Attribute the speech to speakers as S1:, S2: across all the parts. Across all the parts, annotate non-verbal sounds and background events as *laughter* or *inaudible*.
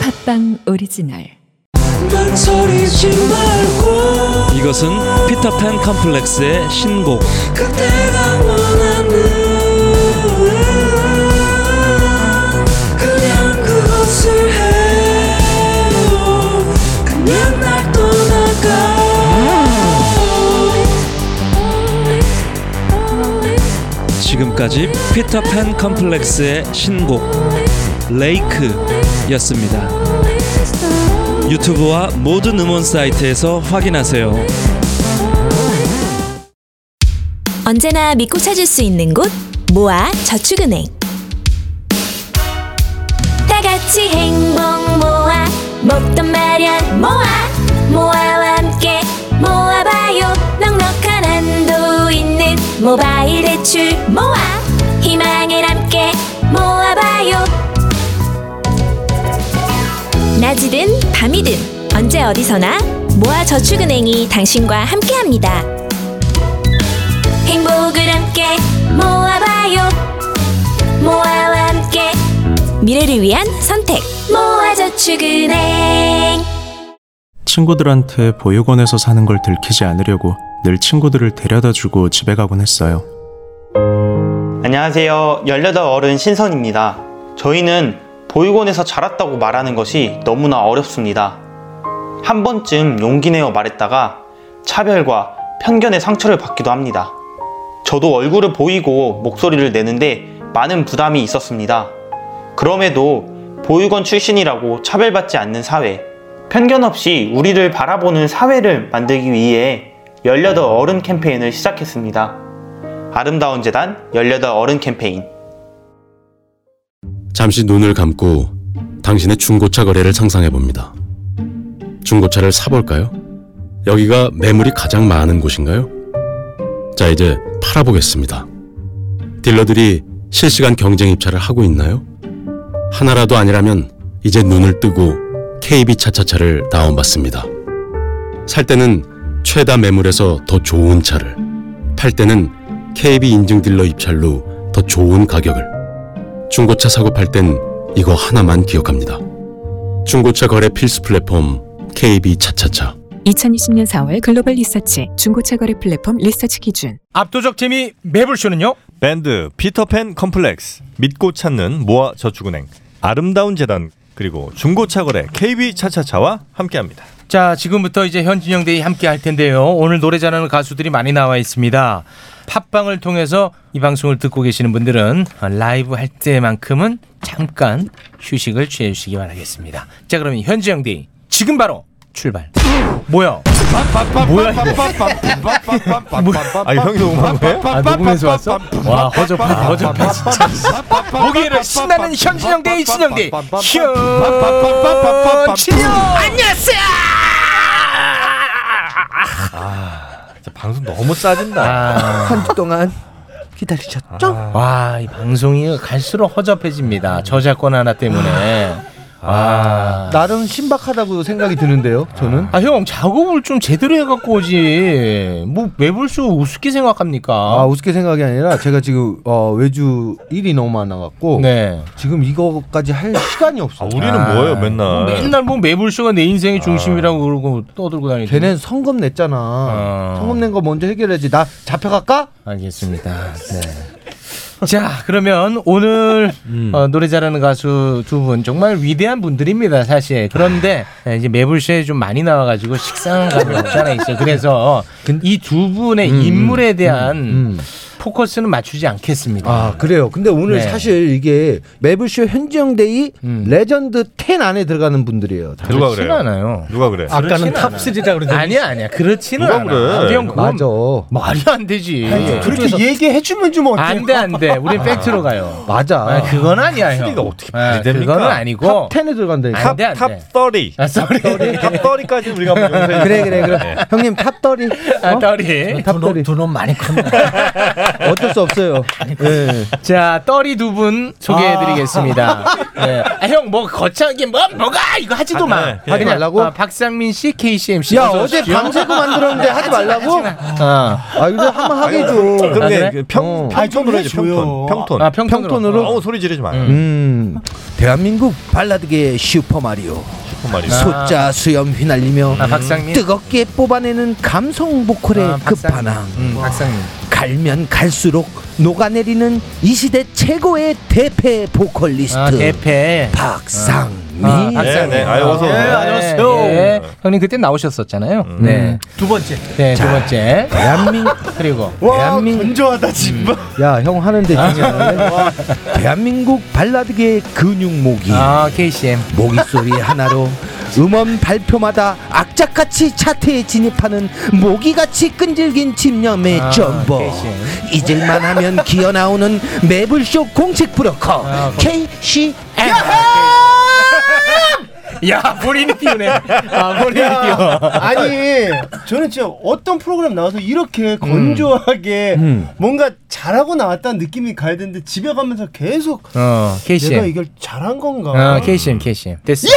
S1: 팟빵 오리지널
S2: 망설이지 말고
S3: 이것은 피터팬 컴플렉스의 신곡
S2: 그때가 원하는 그냥 그것을 해요 그냥 날 떠나가
S3: 지금까지 피터팬 컴플렉스의 신곡 레이크였습니다. 유튜브와 모든 음원 사이트에서 확인하세요.
S4: 언제나 믿고 찾을 수 있는 곳 모아 저축은행 다 같이 행복 모아 먹던 마련 모아 모아와 함께 모아봐요 넉넉한 한도 있는 모바일 대출 모아 희망을 함께 모아봐요 낮이든 밤이든 언제 어디서나 모아 저축은행이 당신과 함께합니다. 행복을 함께 모아봐요 모아와 함께 미래를 위한 선택 모아저축은행
S5: 친구들한테 보육원에서 사는 걸 들키지 않으려고 늘 친구들을 데려다 주고 집에 가곤 했어요.
S6: 안녕하세요. 18 어른 신선입니다. 저희는 보육원에서 자랐다고 말하는 것이 너무나 어렵습니다. 한 번쯤 용기 내어 말했다가 차별과 편견의 상처를 받기도 합니다. 저도 얼굴을 보이고 목소리를 내는데 많은 부담이 있었습니다. 그럼에도 보육원 출신이라고 차별받지 않는 사회, 편견 없이 우리를 바라보는 사회를 만들기 위해 18 어른 캠페인을 시작했습니다. 아름다운 재단 18 어른 캠페인
S7: 잠시 눈을 감고 당신의 중고차 거래를 상상해 봅니다. 중고차를 사볼까요? 여기가 매물이 가장 많은 곳인가요? 자, 이제 팔아보겠습니다. 딜러들이 실시간 경쟁 입찰을 하고 있나요? 하나라도 아니라면 이제 눈을 뜨고 KB 차차차를 다운받습니다. 살 때는 최다 매물에서 더 좋은 차를, 팔 때는 KB 인증 딜러 입찰로 더 좋은 가격을, 중고차 사고 팔 땐 이거 하나만 기억합니다. 중고차 거래 필수 플랫폼 KB 차차차.
S1: 2020년 4월 글로벌 리서치 중고차 거래 플랫폼 리서치 기준
S8: 압도적 재미 매불쇼는요?
S9: 밴드 피터팬 컴플렉스 믿고 찾는 모아 저축은행 아름다운 재단 그리고 중고차거래 KB 차차차와 함께합니다.
S8: 자 지금부터 이제 현진영 대위 함께 할 텐데요. 오늘 노래 잘하는 가수들이 많이 나와 있습니다. 팟빵을 통해서 이 방송을 듣고 계시는 분들은 라이브 할 때만큼은 잠깐 휴식을 취해 주시기 바라겠습니다. 자 그러면 현진영 대위 지금 바로 출발. 뭐야? 뭐야 이거? 뭐야?
S9: 아 형이 녹음한 거예요?
S8: 아 녹음해서 왔어? 와 허접하다 허접해 진짜. 목요일은 신나는 현진영 대위 진영 대위 현진영.
S9: 진짜 방송 너무 싸진다.
S8: 아,
S2: 기다리셨죠?
S8: 와, 아, 이 방송이 갈수록 허접해집니다. 저작권 하나 때문에. 아,
S10: 나름 신박하다고 생각이 드는데요. 저는
S8: 아, 형, 작업을 좀 제대로 해갖고 오지. 뭐, 매불쇼 우습게 생각합니까?
S10: 아 우습게 생각이 아니라 제가 지금 어, 외주 일이 너무 많아갖고
S8: 네.
S10: 지금 이거까지 할 시간이 없어.
S9: 아, 우리는 뭐예요 맨날? 아.
S8: 맨날 뭐, 매불쇼가 내 인생의 중심이라고 그러고 떠들고 다니는.
S10: 걔는 성금 냈잖아.
S8: 어.
S10: 성금 낸 거 먼저 해결해야지. 나 잡혀갈까? *laughs*
S8: 알겠습니다. 네. 자, 그러면 오늘
S9: 음.
S8: 어, 노래 잘하는 가수 두 분 정말 위대한 분들입니다, 사실. 그런데
S9: 아.
S8: 이제 매불쇼에 좀 많이 나와가지고 식상한 감이 없잖아 있어요. 그래서 이 두 분의 인물에 대한 포커스는 맞추지 않겠습니다.
S10: 아 그래요. 근데 오늘
S8: 네. 음.
S10: 사실 이게 매블쇼 현지영 대이 레전드 10 안에 들어가는 분들이에요. 다.
S9: 누가
S8: 그렇진
S9: 그래요?
S8: 않아요.
S9: 누가 그래?
S8: 아까는 탑3라 그러는데 아니야 아니야 그렇지는
S9: 누가
S8: 않아.
S9: 그래?
S8: 우리 형 그건
S10: 맞아.
S8: 말이 안 되지.
S10: 그렇게 얘기해 주면 좀
S8: 안돼 안돼. 우린 팩트로 가요.
S10: 맞아.
S8: 아, 그건 아니야 형.
S9: 탑3가 어떻게
S8: 아,
S9: 말이 됩니까?
S8: 그거는 아니고.
S10: 탑 10에 들어간다니까.
S8: 안 돼, 안
S9: 탑
S8: 돼.
S9: 30.
S8: 아, 쏘리.
S10: *laughs*
S9: 탑 30까지는 우리가 한번 용서해. 네.
S10: 그래 그래 그래 형님 탑더리
S8: 아, 떨이.
S10: 탑더리
S2: 두놈 많이 컸네
S10: 어쩔 수 없어요 예.
S8: 자, 떨이 두 분 소개해드리겠습니다. 네. 아, 형, 뭐, 거창하게, 뭐, 뭐가! 이거 하지도 마!
S9: 네,
S10: 하지 말라고?
S8: 아, 박상민 씨, KCMC.
S10: 야 어제 밤새고 만들었는데 하지 말라고
S8: 아,
S10: 아 이거 한번 하게 해줘
S9: 그럼
S8: 아, 그래?
S9: 그냥 평
S10: 어.
S9: 평으로 해줘. 평 평톤, 평톤.
S8: 아, 평톤으로.
S10: 평톤으로?
S9: 어우, 소리 지르지 마요.
S10: 음, 대한민국 발라드계 슈퍼 마리오.
S9: 슈퍼 마리오.
S10: 소자 수염 휘날리며
S8: 아, 박상민?
S10: 뜨겁게 뽑아내는 감성 보컬의
S8: 아,
S10: 그
S8: 박상민.
S10: 반항.
S8: 음, 박상민.
S10: 갈면 갈수록 녹아내리는 이 시대 최고의 대패 보컬리스트
S8: 아, 대패.
S10: 박상민.
S8: 아,
S9: 네, 네. 아유, 어서 오세요. 네,
S8: 예, 안녕하세요. 예. 형님 그때 나오셨었잖아요. 네.
S9: 두 번째.
S8: 네, 두 번째.
S10: 대한민국
S8: 그리고
S10: 대한민국
S9: 건조하다 진짜.
S10: 야 형 하는데 중요하네 대한민국 발라드계의 근육목이
S8: 아, KCM.
S10: 모기소리 하나로 음원 발표마다 악착같이 차트에 진입하는 모기같이 끈질긴 집념의
S8: 아,
S10: 점버
S8: KCM.
S10: 잊을만 하면 기어나오는 매불쇼 공식 브로커
S8: 아, 거-
S10: KCM
S8: 야, 본인이 띄우네. 아, 본인이 띄워.
S11: 아니 저는 진짜 어떤 프로그램 나와서 이렇게 건조하게
S10: 음.
S11: 뭔가 잘하고 나왔다는 느낌이 가야 되는데 집에 가면서 계속
S8: 어,
S11: 내가
S8: KCM.
S11: 이걸 잘한 건가?
S8: 어, KCM, KCM. 됐어.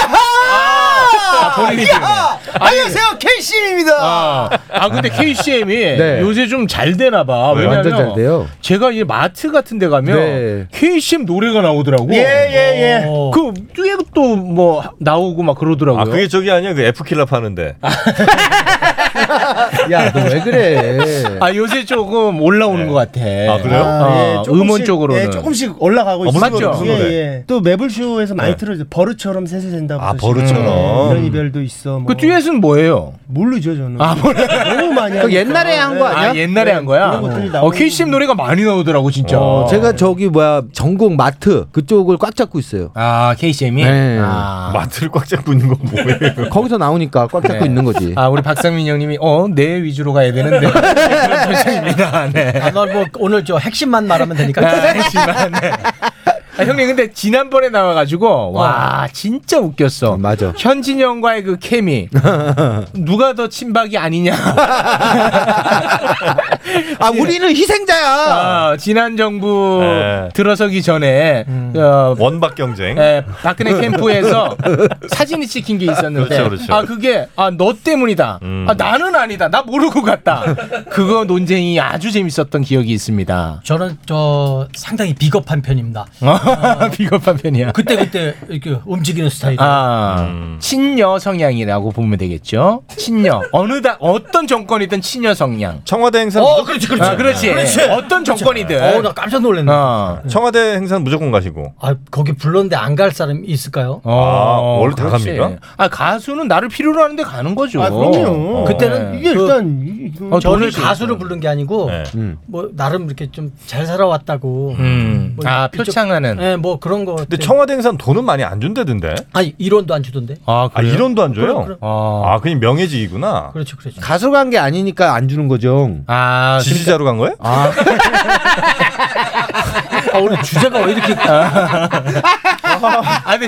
S8: 아, 본인이 띄우네.
S11: 야하! 안녕하세요 KC입니다.
S8: 아, 아 근데 KCM이
S10: 네.
S8: 요새 좀 잘 되나 봐. 왜냐면
S10: 완전 잘 돼요.
S8: 제가 이 마트 같은 데 가면
S10: 네.
S8: KCM 노래가 나오더라고.
S11: 예예예.
S8: 그 듀엣도 뭐 나오고 막 그러더라고요.
S9: 아 그게 저기 아니야 그 F 킬라 파는데.
S10: 야너 왜 그래
S8: 아, 요새 조금 올라오는
S9: 네.
S8: 것 같아.
S9: 아, 그래요?
S8: 아, 음원 쪽으로는.
S11: 예, 조금씩 올라가고
S9: 아,
S11: 있어요.
S9: 무슨 노래, 무슨
S11: 예,
S9: 노래?
S11: 예. 또 매블쇼에서 많이
S9: 네.
S11: 틀어요. 버릇처럼 셋을 된다고.
S9: 아,
S11: 그러시고. 예,
S9: 버릇처럼.
S11: 이런 이별도 있어. 뭐.
S8: 그 듀엣은 뭐예요?
S11: 모르죠 저는.
S8: 아, 몰라.
S11: 너무 많이.
S10: 그거
S11: 하니까.
S10: 옛날에 한거
S11: 예.
S10: 아니야?
S8: 아, 옛날에
S11: 네,
S8: 한 거야?
S11: 그런 것들이
S8: 어,
S11: 나오고.
S8: KCM 노래가 많이 나오더라고, 진짜.
S9: 어,
S10: 제가 저기 뭐야 전국 마트 그쪽을 꽉 잡고 있어요.
S8: 아, KCM이?
S10: 네.
S8: 아.
S9: 마트를 꽉 잡고 있는 건 뭐예요?
S10: 거기서 나오니까 꽉 잡고
S8: 네.
S10: 있는 거지.
S8: 아, 우리 박상민 형님이, 어, 내 위주로 가야 되는데. 그런 표정입니다. 네.
S11: 아마 뭐 오늘 저 핵심만 말하면 되니까.
S8: 하지만, 네. 아, 형님, 근데 지난번에 나와가지고, 와, 진짜 웃겼어.
S10: 맞아.
S8: 현진 형과의 그 케미. 누가 더 친박이 아니냐.
S10: 아 우리는 희생자야.
S8: 아, 지난 정부
S9: 네.
S8: 들어서기 전에,
S11: 음.
S8: 어,
S9: 원박 경쟁.
S8: 예, 박근혜 캠프에서 사진이 찍힌 게 있었는데
S9: 그렇죠, 그렇죠.
S8: 아 그게 아 너 때문이다
S9: 음.
S8: 아 나는 아니다 나 모르고 갔다 그거 논쟁이 아주 재밌었던 기억이 있습니다
S11: 저는 저 상당히 비겁한 편입니다.
S8: 아, *laughs* 비겁한 편이야
S11: 그때 그때 이렇게 움직이는 스타일.
S8: 아
S9: 음.
S8: 친여 성향이라고 보면 되겠죠 친여 어느 다 어떤 정권이든 친여 성향
S9: 청와대 행사.
S11: 어,
S9: 무조건-
S11: 그렇지, 그렇지.
S8: 아, 그렇지. 어떤 정권이든
S11: 어, 나 깜짝 놀랐네.
S8: 어.
S9: 청와대 행사는 무조건 가시고.
S11: 아, 거기 불렀는데 안 갈 사람 있을까요?
S9: 아, 원래 다
S8: 그렇지.
S9: 갑니까?
S8: 아 가수는 나를 필요로 하는데 가는 거죠
S9: 어.
S11: 그때는
S8: 네.
S11: 아, 이게
S8: 그-
S11: 일단 이- 그-
S8: 어,
S11: 저는
S8: 돈이지.
S11: 가수를 부른 게 아니고
S9: 네.
S10: 음.
S11: 뭐 나름 이렇게 좀 잘 살아왔다고.
S8: 음.
S11: 뭐
S8: 아
S11: 이쪽-
S8: 표창하는
S11: 네, 뭐 그런 거.
S9: 근데 청와대 행사는 돈은 많이 안 준다던데.
S11: 아니 이론도 안 주던데.
S8: 아,
S9: 아
S8: 그래요?
S9: 이론도 안 줘요?
S11: 그럼,
S8: 아,
S9: 아 그냥 명예직이구나.
S11: 그렇죠, 그렇죠.
S10: 가수 간 게 아니니까 안 주는 거죠.
S8: 아
S9: 지지자로 간 거예요?
S8: 아, 오늘 주제가 왜 이렇게. 아, 근데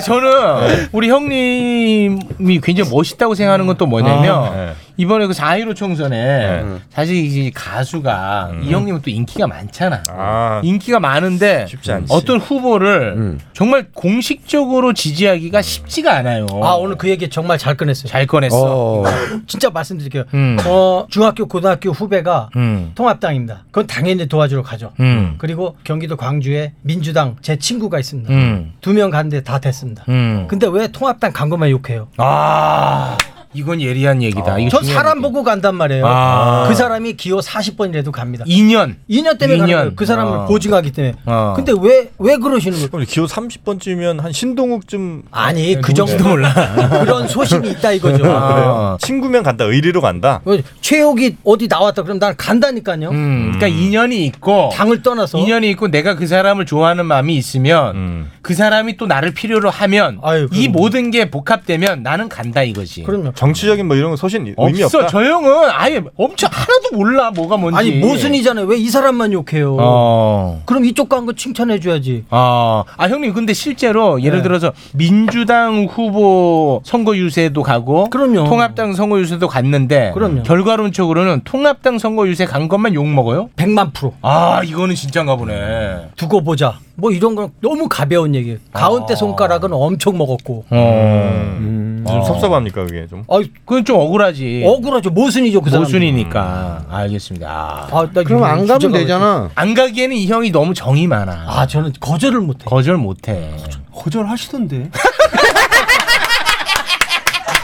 S10: 네.
S8: 저는 우리 형님이 굉장히 멋있다고 생각하는 건 또
S10: 아,
S8: 뭐냐면,
S9: 네.
S8: 이번에 그 4.15 총선에
S9: 네.
S8: 사실 이제 가수가
S10: 음.
S8: 이 형님은 또 인기가 많잖아.
S9: 아
S8: 인기가 많은데
S9: 쉽지 않지.
S8: 어떤 후보를
S11: 음.
S8: 정말 공식적으로 지지하기가 쉽지가 않아요.
S11: 아 오늘 그 얘기 정말 잘 꺼냈어요.
S8: 잘 꺼냈어.
S10: 어.
S11: 진짜 말씀드릴게요.
S8: 음.
S11: 어, 중학교 고등학교 후배가
S8: 음.
S11: 통합당입니다. 그건 당연히 도와주러 가죠.
S8: 음.
S11: 그리고 경기도 광주에 민주당 제 친구가 있습니다.
S8: 음.
S11: 두 명 갔는데 다 됐습니다.
S8: 음.
S11: 근데 왜 통합당 간 것만 욕해요?
S8: 아, 이건 예리한 얘기다. 이거
S11: 저
S8: 중요한
S11: 아. 사람
S8: 얘기야.
S11: 보고 간단 말이에요.
S8: 아.
S11: 그 사람이 기호 40번이라도 갑니다.
S8: 2년.
S11: 2년 때문에 가는
S8: 이년.
S11: 거예요. 그 사람을
S8: 어.
S11: 보증하기 때문에.
S8: 어.
S11: 근데 왜 왜 그러시는 거예요?
S9: 그럼 기호 30번쯤이면 한 신동욱쯤 네,
S11: 아니 그 정도
S9: *laughs*
S11: 몰라. 그런 소신이 있다 이거죠.
S8: 아.
S9: 친구면 간다. 의리로 간다.
S11: 뭐, 최욱이 어디 나왔다 그럼 난 간다니까요.
S8: 음, 그러니까 인연이 있고
S11: 당을 떠나서.
S8: 인연이 있고 내가 그 사람을 좋아하는 마음이 있으면
S9: 음.
S8: 그 사람이 또 나를 필요로 하면
S11: 아유,
S8: 이
S11: 그럼요.
S8: 모든 게 복합되면 나는 간다 이거지.
S11: 그럼요.
S9: 정치적인 뭐 이런 거 소신 의미
S8: 없어
S9: 없다.
S8: 저 형은 아예 엄청 하나도 몰라 뭐가 뭔지.
S11: 아니 모순이잖아요. 왜 이 사람만 욕해요?
S8: 어.
S11: 그럼 이쪽 간 거 칭찬해 줘야지. 네.
S8: 아, 아 형님 근데 실제로 예를 들어서 민주당 후보 선거 유세도 가고
S11: 그럼요.
S8: 통합당 선거 유세도 갔는데
S11: 그럼요.
S8: 결과론적으로는 통합당 선거 유세 간 것만 욕 먹어요?
S11: 100만 프로.
S8: 아 이거는 진짜인가 보네.
S11: 두고 보자.
S8: 음.
S11: 뭐 이런 건 너무 가벼운 얘기예요. 가운데 손가락은 엄청 먹었고.
S8: 어.
S9: 좀 섭섭합니까 그게 좀?
S8: 아, 그건 좀 억울하지.
S12: 억울하죠. 모순이죠, 그 사람.
S8: 모순이니까. 알겠습니다. 아,
S12: 나 그럼 안 가면 주제가 되잖아.
S8: 안 가기에는 이 형이 너무 정이 많아.
S12: 아, 저는 거절을 못해.
S8: 거절 못해.
S11: 거절하시던데.
S12: *laughs*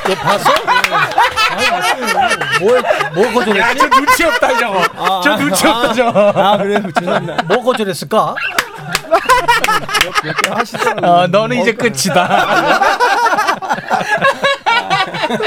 S12: 너 봤어? 네. 뭐 거절했지?
S8: 야, 저 눈치 없다, 저거. 저 눈치 없다, 저거.
S12: 아, 그래요? 죄송합니다. 뭐 거절했을까?
S8: 아, 너는
S11: 어.
S8: 이제 끝이다. *laughs*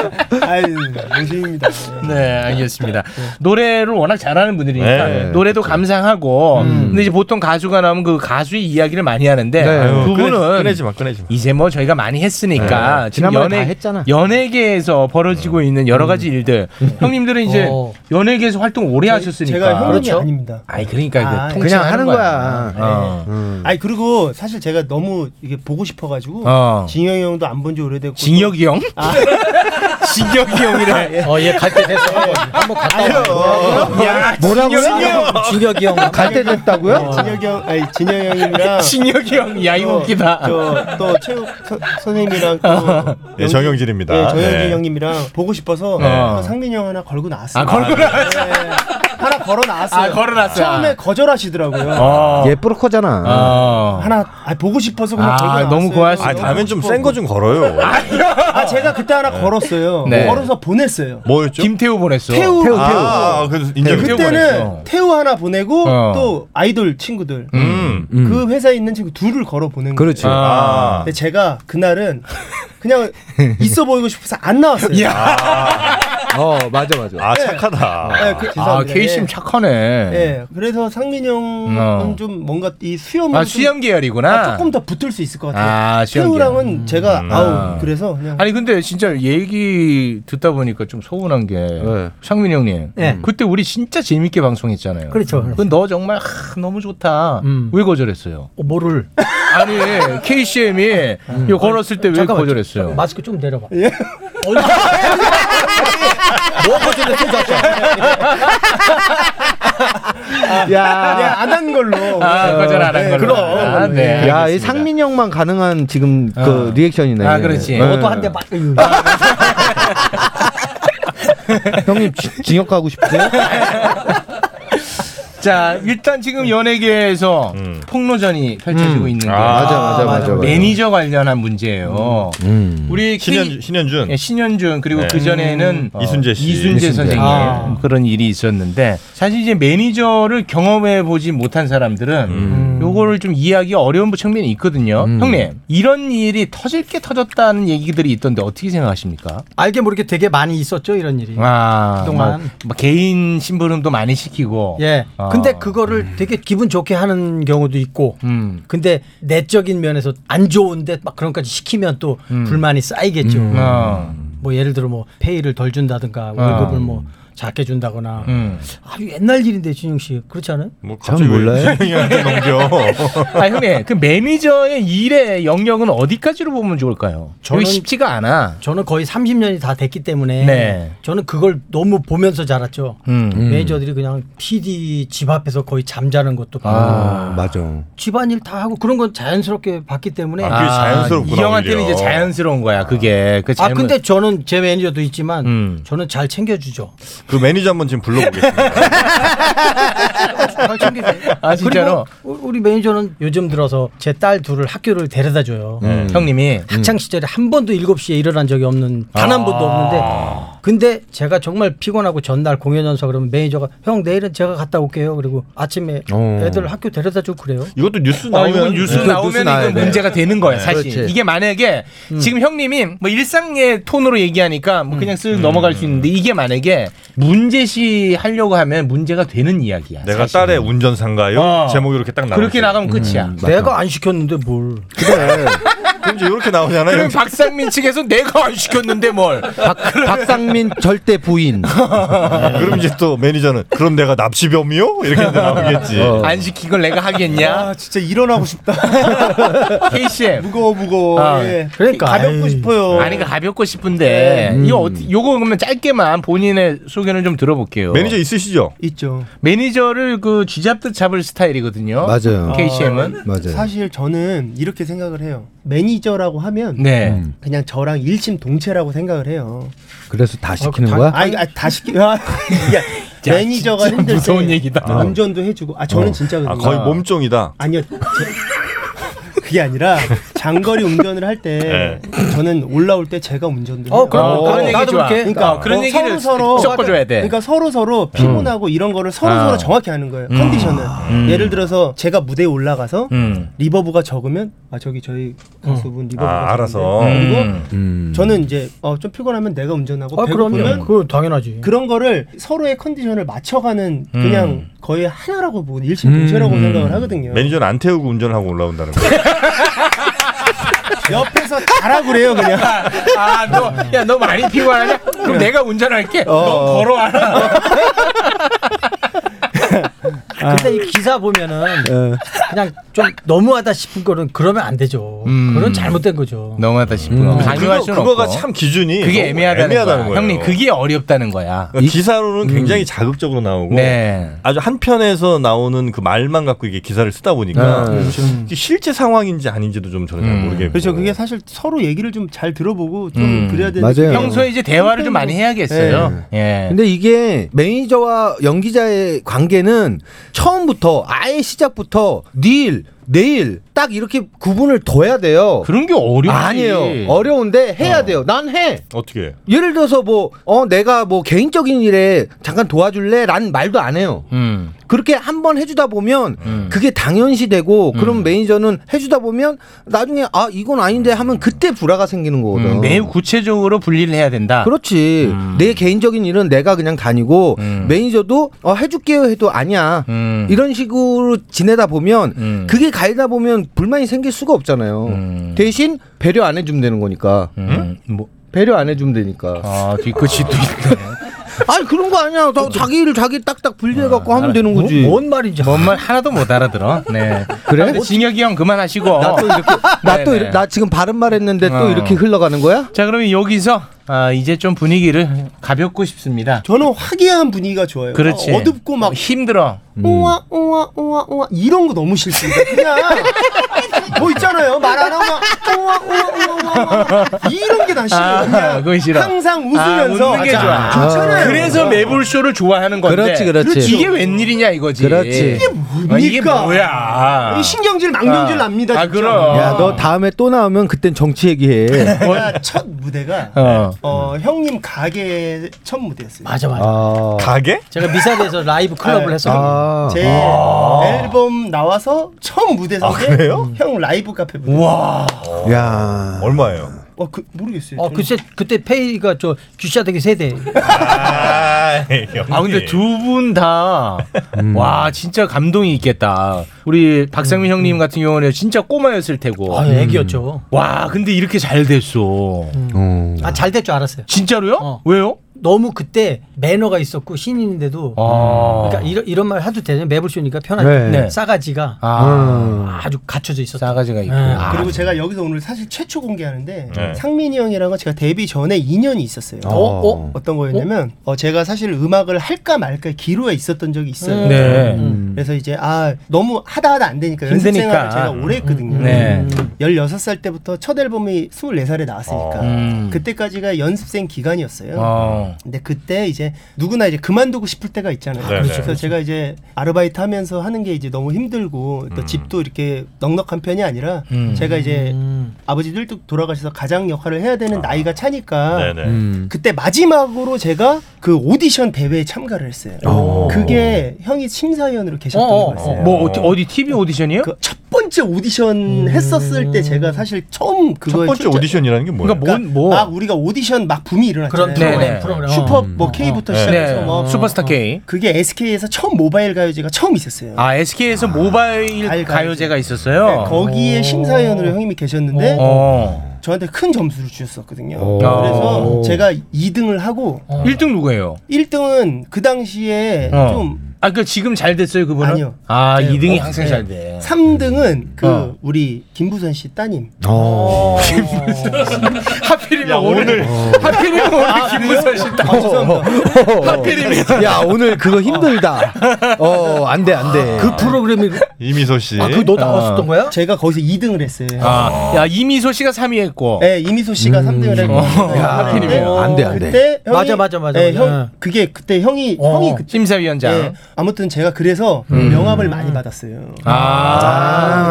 S11: 아이, 무심입니다.
S8: 네, 알겠습니다. 노래를 워낙 잘하는 분들이니까
S11: 네. 음.
S8: 노래도 감상하고 근데 이제 보통 가수가 나오면 그 가수의 이야기를 많이 하는데 그
S9: 네. 아유,
S8: 두
S9: 끊-
S8: 분은
S9: 끊이지 마, 끊이지 마.
S8: 이제 뭐 저희가 많이 했으니까
S9: 네.
S8: 지금
S9: 지난번에
S8: 연예
S9: 다 했잖아.
S8: 연예계에서 벌어지고 있는 여러 가지 일들 형님들은 이제
S11: 어.
S8: 연예계에서 활동 오래
S11: 제-
S8: 하셨으니까
S11: 제가 형님이 아닙니다.
S8: 아니 그러니까
S11: 아,
S8: 그
S11: 그냥 하는 거야. 네.
S8: 어.
S11: 아니 그리고 사실 제가 너무 이게 보고 싶어가지고
S8: 어.
S11: 진영이 형도 안 본 지 오래됐고 아.
S8: 진혁이 형? *laughs* 진혁이
S11: 예.
S8: 형이래.
S12: 어, 얘 갈 때 돼서 한번 갔다
S11: 와요.
S12: 야, 진혁이 형. 진혁이 *laughs* 형. 어.
S11: 갈 때 됐다고요? 진혁이 형, 아니 진혁이
S12: *laughs*
S11: 형이랑
S8: 진혁이 형, 야, 이거
S11: 또,
S8: 웃기다.
S11: 저, 또 최욱 서- 선생님이랑 또
S9: 예, 정영진입니다.
S11: 네, 정영진
S9: 네.
S11: 형님이랑 보고 싶어서
S9: 네.
S11: 어, 상민이 형 하나 걸고 나왔어요.
S9: 아, 걸고
S11: 나왔어요. 하나 걸어 나왔어요.
S8: 아, 걸어놨어요. 어.
S11: 처음에 거절하시더라고요.
S10: 얘 뿌르커잖아.
S11: 하나 아, 보고 싶어서 그냥 걸고 나왔어요.
S9: 아, 다음엔 좀 센 거 좀 걸어요.
S11: 아 제가 그때 하나 걸었어요.
S9: 네.
S11: 걸어서 보냈어요.
S9: 뭐였죠?
S8: 김태우 보냈어.
S11: 태우, 태우. 네,
S9: 아, 그래서 인정.
S11: 그때는 태우 하나 보내고
S9: 어.
S11: 또 아이돌 친구들
S9: 음.
S11: 그 회사에 있는 친구 둘을 걸어 보낸 거예요.
S9: 그렇지.
S8: 그렇죠.
S9: 아.
S11: 근데 제가 그날은 그냥 있어 보이고 싶어서 안 나왔어요.
S10: 어, 맞아, 맞아.
S9: 아,
S11: 네.
S9: 착하다.
S11: 네, 그-
S8: 아,
S11: 죄송합니다.
S8: 케이심
S11: 예.
S8: 착하네.
S11: 예. 그래서 상민 형은
S8: 어.
S11: 좀 뭔가 이 수염
S8: 아, 수염 계열이구나.
S11: 아, 조금 더 붙을 수 있을 것 같아요.
S8: 아, 수염
S11: 태우랑은 제가
S8: 음.
S11: 아우 그래서 그냥
S8: 아니 근데 진짜 얘기 듣다 보니까 좀 서운한 게 상민 형님 음.
S12: 네.
S8: 그때 우리 진짜 재밌게 방송했잖아요. 음.
S12: 그렇죠.
S8: 그너 정말 하, 너무 좋다.
S12: 음.
S8: 왜 거절했어요?
S12: 어, 뭐를? 음.
S8: *laughs* 아니 KCM이 이거 걸었을 때 왜
S12: 잠깐만,
S8: 거절했어요?
S12: 마스크 좀 내려봐. *laughs*
S11: 예.
S12: 뭐 거절했어,
S11: 야, 그냥 안 한 걸로.
S8: 아, 거절 안한 걸로.
S11: 그럼.
S8: 아, 네,
S10: 야, 이
S8: 알겠습니다.
S10: 상민 형만 가능한 지금 그 리액션이네.
S8: 아, 그렇지.
S10: 네.
S8: 너도 한 대
S12: 맞.
S10: *laughs* 형님 지- 징역 가고 싶으세요?
S8: *laughs* 자 일단 지금 연예계에서
S9: 음.
S8: 폭로전이 펼쳐지고
S10: 음.
S8: 있는 게
S10: 아, 맞아, 맞아, 맞아, 맞아. 네.
S8: 매니저 관련한 문제예요.
S10: 음.
S8: 우리
S9: 아, 신현-
S8: 예, 신현준 신현준 그리고
S9: 네.
S8: 그 전에는
S9: 음. 이순재 씨. 이순재.
S8: 선생님
S9: 아.
S8: 그런 일이 있었는데 사실 이제 매니저를 경험해 보지 못한
S9: 음.
S8: 사람들은 요거를 좀 이해하기 어려운 측면이 있거든요. 형님 이런 일이 터질 게 터졌다는 얘기들이 있던데 어떻게 생각하십니까?
S12: 알게 모르게 되게 많이 있었죠, 이런 일이.
S8: 아,
S12: 그동안.
S8: 막, 막 개인 심부름도 많이 시키고.
S12: 예.
S8: 아.
S12: 근데 그거를 되게 기분 좋게 하는 경우도 있고,
S8: 음.
S12: 근데 내적인 면에서 안 좋은데 막 그런까지 시키면 또
S8: 음.
S12: 불만이 쌓이겠죠.
S8: 음. 아.
S12: 뭐 예를 들어 뭐 페이를 덜 준다든가
S8: 아.
S12: 월급을 뭐 작게 준다거나
S8: 음.
S12: 아주 옛날 일인데 진영 씨 그렇지 않아요?
S9: 뭐
S8: 아 형님 그 매니저의 일의 영역은 어디까지로 보면 좋을까요? 저는 쉽지가 않아.
S12: 저는 거의 30년이 다 됐기 때문에
S8: 네.
S12: 저는 그걸 너무 보면서 자랐죠.
S8: 음. 음.
S12: 매니저들이 그냥 PD 집 앞에서 거의 잠자는 것도 보고
S10: 아, 맞아.
S12: 집안일 다 하고 그런 건 자연스럽게 봤기 때문에
S8: 아,
S12: 아,
S8: 이 형한테는 이제 자연스러운 거야 그게. 그
S12: 아
S8: 잘못-
S12: 근데 저는 제 매니저도 있지만
S8: 음.
S12: 저는 잘 챙겨주죠.
S9: *laughs* 그 매니저 한번 지금 불러보겠습니다.
S12: 잘 챙겨줘요.
S8: *laughs* 아, 진짜로?
S12: 그리고 우- 우리 매니저는 요즘 들어서 제 딸 둘을 학교를 데려다 줘요.
S8: 음. 형님이?
S12: 학창 시절에 한 번도 7시에 일어난 적이 없는 단 한
S8: 아.
S12: 번도 없는데 근데 제가 정말 피곤하고 전날 공연 연사 그러면 매니저가 형 내일은 제가 갔다 올게요. 그리고 아침에
S9: 어.
S12: 애들 학교 데려다 주고 그래요.
S9: 이것도 뉴스
S8: 아,
S9: 나오면
S8: 이건 뉴스 나오면 이건 문제가 되는 거야 사실. 이게 만약에
S12: 음.
S8: 지금 형님이 뭐 일상의 톤으로 얘기하니까 뭐 그냥 쓱 넘어갈 수 있는데 이게 만약에 문제시 하려고 하면 문제가 되는 이야기야.
S9: 내가
S8: 사실은.
S9: 딸의 운전상가요.
S8: 어.
S9: 제목이 이렇게 딱 나와.
S8: 그렇게 나가면 끝이야.
S12: 내가 안 시켰는데 뭘?
S9: 그래. 그럼 이제 이렇게 나오잖아요.
S8: 그럼 박상민 측에서 내가 안 시켰는데 뭘?
S10: 박상민 절대
S8: *laughs*
S10: 부인.
S9: 어. 그럼 이제 또 매니저는 그럼 내가 납치범이요? 이렇게 해서 나오겠지.
S10: 어.
S8: 안 시킨 걸 내가 하겠냐?
S11: 아, 진짜 일어나고 싶다.
S12: 네.
S8: KCM.
S11: 무거워 무거워.
S8: 아,
S11: 예.
S8: 그러니까.
S11: 가볍고 싶어요.
S8: 아니 그 가볍고 싶은데
S11: 네.
S8: 이거 어떻게- 요거 그러면 짧게만 본인의 소견을 좀 들어볼게요.
S9: 매니저 있으시죠?
S11: 있죠.
S8: 매니저를 그 쥐잡듯 잡을 스타일이거든요.
S11: 아,
S8: KCM은
S11: 사실 저는 이렇게 생각을 해요. 매니 매니저라고 하면
S8: 네. 음.
S11: 그냥 저랑 일심동체라고 생각을 해요. 어,
S10: 그래서 다 시키는
S11: 다-
S10: 거야?
S11: 아니, 아니, 다 시키.
S8: *laughs*
S11: 아, 야, 매니저가
S8: 진짜
S11: 힘들 때
S8: 무서운 얘기다.
S11: 운전도 해주고. 아 저는
S9: 아. 어.
S11: 진짜
S9: 아, 거의 몸종이다.
S11: 아니요. 제- *laughs* 그게 아니라 장거리 운전을 할 때
S9: 네.
S11: 저는 올라올 때 제가 운전도 해요.
S8: 어, 그럼 어, 그런 얘기 좋아.
S11: 그러니까
S8: 어, 그런
S11: 어, 서로
S8: 얘기를
S11: 서로
S8: 섞어줘야 돼.
S11: 그러니까 서로 서로 피곤하고 이런 거를 서로
S8: 아.
S11: 서로 정확히 아는 거예요.
S8: 음.
S11: 컨디션을.
S8: 음.
S11: 예를 들어서 제가 무대에 올라가서
S8: 음.
S11: 리버브가 적으면 아 저기 저희 가수분 리버브가
S9: 아, 알아서.
S11: 적은데. 그리고
S9: 음.
S11: 저는 이제 어, 좀 피곤하면 내가 운전하고
S12: 아, 그럼요.
S11: 배고프면
S12: 그 당연하지.
S11: 그런 거를 서로의 컨디션을 맞춰가는
S9: 음.
S11: 그냥 거의 하나라고 보고 일심동체라고
S9: 음.
S11: 생각을 하거든요.
S9: 매니저는 안 태우고 운전을 하고 올라온다는 거.
S11: *laughs* 옆에서 자라 그래요 그냥.
S8: 아, 너, 야, 너 많이 피곤하냐? 그럼 내가
S9: 어.
S8: 운전할게. 너 걸어와라.
S12: *laughs* 근데 이 기사 보면은
S9: 어.
S12: 그냥 좀 너무하다 싶은 거는 그러면 안 되죠.
S8: 음.
S12: 그건 잘못된 거죠. 음.
S8: 너무하다 싶어. 강요할 수는
S9: 그거가
S8: 아, 없고.
S9: 참 기준이
S8: 그게
S9: 너무
S8: 애매하다는,
S9: 애매하다는
S8: 거야.
S9: 거예요.
S8: 형님, 그게 어렵다는 거야.
S9: 그러니까 기사로는
S8: 음.
S9: 굉장히 자극적으로 나오고
S8: 네.
S9: 아주 한편에서 나오는 그 말만 갖고 이게 기사를 쓰다 보니까
S11: 네, 그렇죠.
S9: 이게 실제 상황인지 아닌지도 좀 저는
S8: 음.
S9: 잘 모르겠고
S11: 그렇죠. 그게 사실 서로 얘기를 좀 잘 들어보고 좀
S9: 음.
S11: 그래야 되는
S10: 맞아요. 네.
S8: 평소에 이제 대화를 좀 많이 해야겠어요. 예.
S10: 근데 이게 매니저와 연기자의 관계는 처음부터 아예 시작부터 닐 내일 딱 이렇게 구분을 둬야 돼요.
S8: 그런 게 어렵지.
S10: 아니에요. 어려운데 해야 돼요. 난 해.
S9: 어떻게 해?
S10: 예를 들어서 뭐 어 내가 뭐 개인적인 일에 잠깐 도와줄래라는 말도 안 해요.
S8: 음.
S10: 그렇게 한번 해주다 보면 그게 당연시 되고 그럼
S8: 음.
S10: 매니저는 해주다 보면 나중에 아 이건 아닌데 하면 그때 불화가 생기는 거거든.
S8: 음, 매우 음. 구체적으로 분리를 해야 된다.
S10: 어. 그렇지. 내 개인적인 일은 내가 그냥 다니고
S8: 음.
S10: 매니저도 어, 해줄게요 해도 아니야. 이런 식으로 지내다 보면
S8: 음.
S10: 그게 갈다 보면 불만이 생길 수가 없잖아요. 대신 배려 안 해주면 되는 거니까.
S8: 뭐
S10: 배려 안 해주면 되니까.
S8: 아
S10: 그
S8: 뒤끝이 또
S10: *laughs* 아니 그런 거 아니야. 다 자기 일을 자기 딱딱 분리해 갖고 하면 되는 거지. 아.
S8: 뭔 말인지. 뭔 말 하나도 못 알아들어. 네.
S10: 그래?
S8: 근데 진혁이 형 그만하시고.
S10: 나 또 이렇게 나 또
S8: 네네.
S10: 나 지금 바른 말 했는데 또
S8: 어.
S10: 이렇게 흘러가는 거야?
S8: 자 그러면 여기서 아, 이제 좀 분위기를 가볍고 싶습니다.
S11: 저는 화기애애한 분위기가 좋아요.
S8: 그렇지.
S11: 어, 어둡고 막
S8: 힘들어.
S11: 우와 우와 우와 우와 이런 거 너무 싫습니다. *laughs* 그냥 뭐 있잖아요. 말 안 하고 막 우와 우와 우와 우와 우와 이런 게 난 싫어요.
S8: 아,
S11: 그냥
S8: 그건 싫어.
S11: 항상
S8: 아,
S11: 웃으면서
S8: 웃는 게
S11: 아,
S8: 좋아.
S11: 괜찮아요.
S8: 그래서 매불 쇼를 좋아하는 건데.
S11: 그렇지, 그렇지.
S8: 이게 웬일이냐 이거지.
S12: 아,
S10: 그렇지.
S8: 이게 뭡니까? 이게 뭐야?
S11: 이 신경질 망경질
S8: 아.
S11: 납니다.
S8: 아,
S11: 진짜.
S8: 그럼.
S10: 야 너 다음에 또 나오면 그땐 정치 얘기해.
S11: 내가 첫 무대가
S10: 어.
S11: 어. 형님 가게 첫 무대였어요.
S12: 맞아 맞아.
S10: 아.
S9: 가게?
S12: 제가 미사대에서 라이브 클럽을
S11: 아,
S12: 했었거든요.
S11: 제 앨범 나와서 처음 무대
S9: 아,
S11: 선데 형 라이브 카페 무대.
S12: 우와.
S10: 야.
S9: 얼마예요?
S11: 어, 그 모르겠어요.
S12: 어, 그때 그때 페이가 저 귀차 되기 세대.
S9: 아, *laughs*
S8: 아
S11: 네.
S8: 근데 두 분 다
S11: 음.
S8: 와 진짜 감동이 있겠다. 우리 박상민
S11: 음.
S8: 형님 같은 경우는 진짜 꼬마였을 테고.
S12: 아, 애기였죠.
S8: 와 근데 이렇게 잘 됐어.
S11: 음.
S12: 아, 잘 될 줄 알았어요.
S8: 진짜로요? 왜요?
S12: 너무 그때 매너가 있었고 신인인데도
S8: 아.
S12: 그러니까 이런 이런 말 해도 되냐? 매불쇼니까 편하게
S8: 네. 네.
S12: 싸가지가
S8: 아.
S12: 아. 주 갖춰져 음. 아, 있었어.
S8: 싸가지가 있고.
S11: 그리고 제가 여기서 오늘 사실 최초 공개하는데
S8: 네.
S11: 상민이 형이랑은 제가 데뷔 전에 인연이 있었어요.
S8: 어, 어?
S11: 떤 거였냐면 어, 제가 사실 음악을 할까 말까 기로에 있었던 적이 있어요.
S8: 음. 네.
S11: 그래서 이제 아 너무 하다 하다 안 되니까
S12: 음.
S11: 연습
S8: 힘드니까.
S11: 생활을 제가 오래 했거든요.
S8: 음. 네.
S11: 16살 때부터 첫 앨범이 24살에
S12: 어.
S11: 나왔으니까
S9: 네,
S11: 그때까지가 연습생 기간이었어요.
S8: 음. 어.
S11: 근데 그때 이제 누구나 이제 그만두고 싶을 때가 있잖아요.
S8: 네,
S11: 그래서
S8: 그렇죠.
S11: 제가 이제 아르바이트 하면서 하는 게 이제 너무 힘들고
S9: 음.
S11: 또 집도 이렇게 넉넉한 편이 아니라
S8: 음.
S11: 제가 이제 아버지도 일찍 돌아가셔서 가장 역할을 해야 되는 나이가 차니까
S9: 아. 네네. 음.
S11: 그때 마지막으로 제가 그 오디션 대회에 참가를 했어요. 그게 형이 심사위원으로 계셨던 거였어요.
S8: 뭐 어디, 어디 TV
S12: 그
S8: 오디션이에요?
S11: 첫 번째 오디션 했었을 때 제가 사실 처음 그거
S9: 첫 번째 오디션이라는 게 뭐예요?
S11: 그러니까 막 우리가 오디션 막 붐이 일어났잖아요.
S9: 그런 프로그램, 네, 프로그램.
S11: 슈퍼
S9: 음.
S11: 뭐 K부터
S9: 네.
S11: 시작해서
S9: 네.
S11: 뭐
S8: 어. 슈퍼스타 K.
S11: 그게 SK에서 처음 모바일 가요제가 처음 있었어요.
S8: 아 SK에서 모바일 가요제가 있었어요.
S11: 네, 거기에 심사위원으로 형님이 계셨는데
S8: 어.
S11: 저한테 큰 점수를 주셨었거든요.
S8: 오.
S11: 그래서
S8: 오.
S11: 제가 2등을 하고
S8: 1등 누구예요?
S11: 1등은 그 당시에
S8: 어.
S11: 좀
S8: 아, 그 지금 잘 됐어요, 그분은?
S11: 아니요.
S8: 아,
S11: 네,
S8: 2등이
S11: 어,
S8: 항상
S11: 네.
S8: 잘 돼.
S11: 3등은 그
S8: 어.
S9: 어.
S11: 어. 우리 김부선 씨 따님.
S8: 하필 하필이면
S11: 그
S8: 오늘 하필이면
S10: 아,
S8: 오늘
S10: 네.
S8: 김문선 어, 씨 나오고 하필이면
S10: 야 오늘 그거 힘들다. 어, 안 돼, 안 돼. 그 프로그램이
S9: 이미소 씨.
S11: 아, 그
S10: 거야?
S11: 제가 거기서 2등을 했어요.
S8: 네? 아, 야 이미소 씨가 3위 했고. 음. 어,
S11: 네, 이미소 씨가 3등을 했고. 네,
S8: 야, 하필이면
S11: 그때 형이
S8: 맞아, 맞아, 맞아.
S11: 예,
S8: 응.
S11: 형 그게 그때 형이 형이 그때
S8: 어, 심사위원장.
S11: 예, 아무튼 제가 그래서
S9: 음.
S11: 명함을 많이 받았어요.
S8: 아.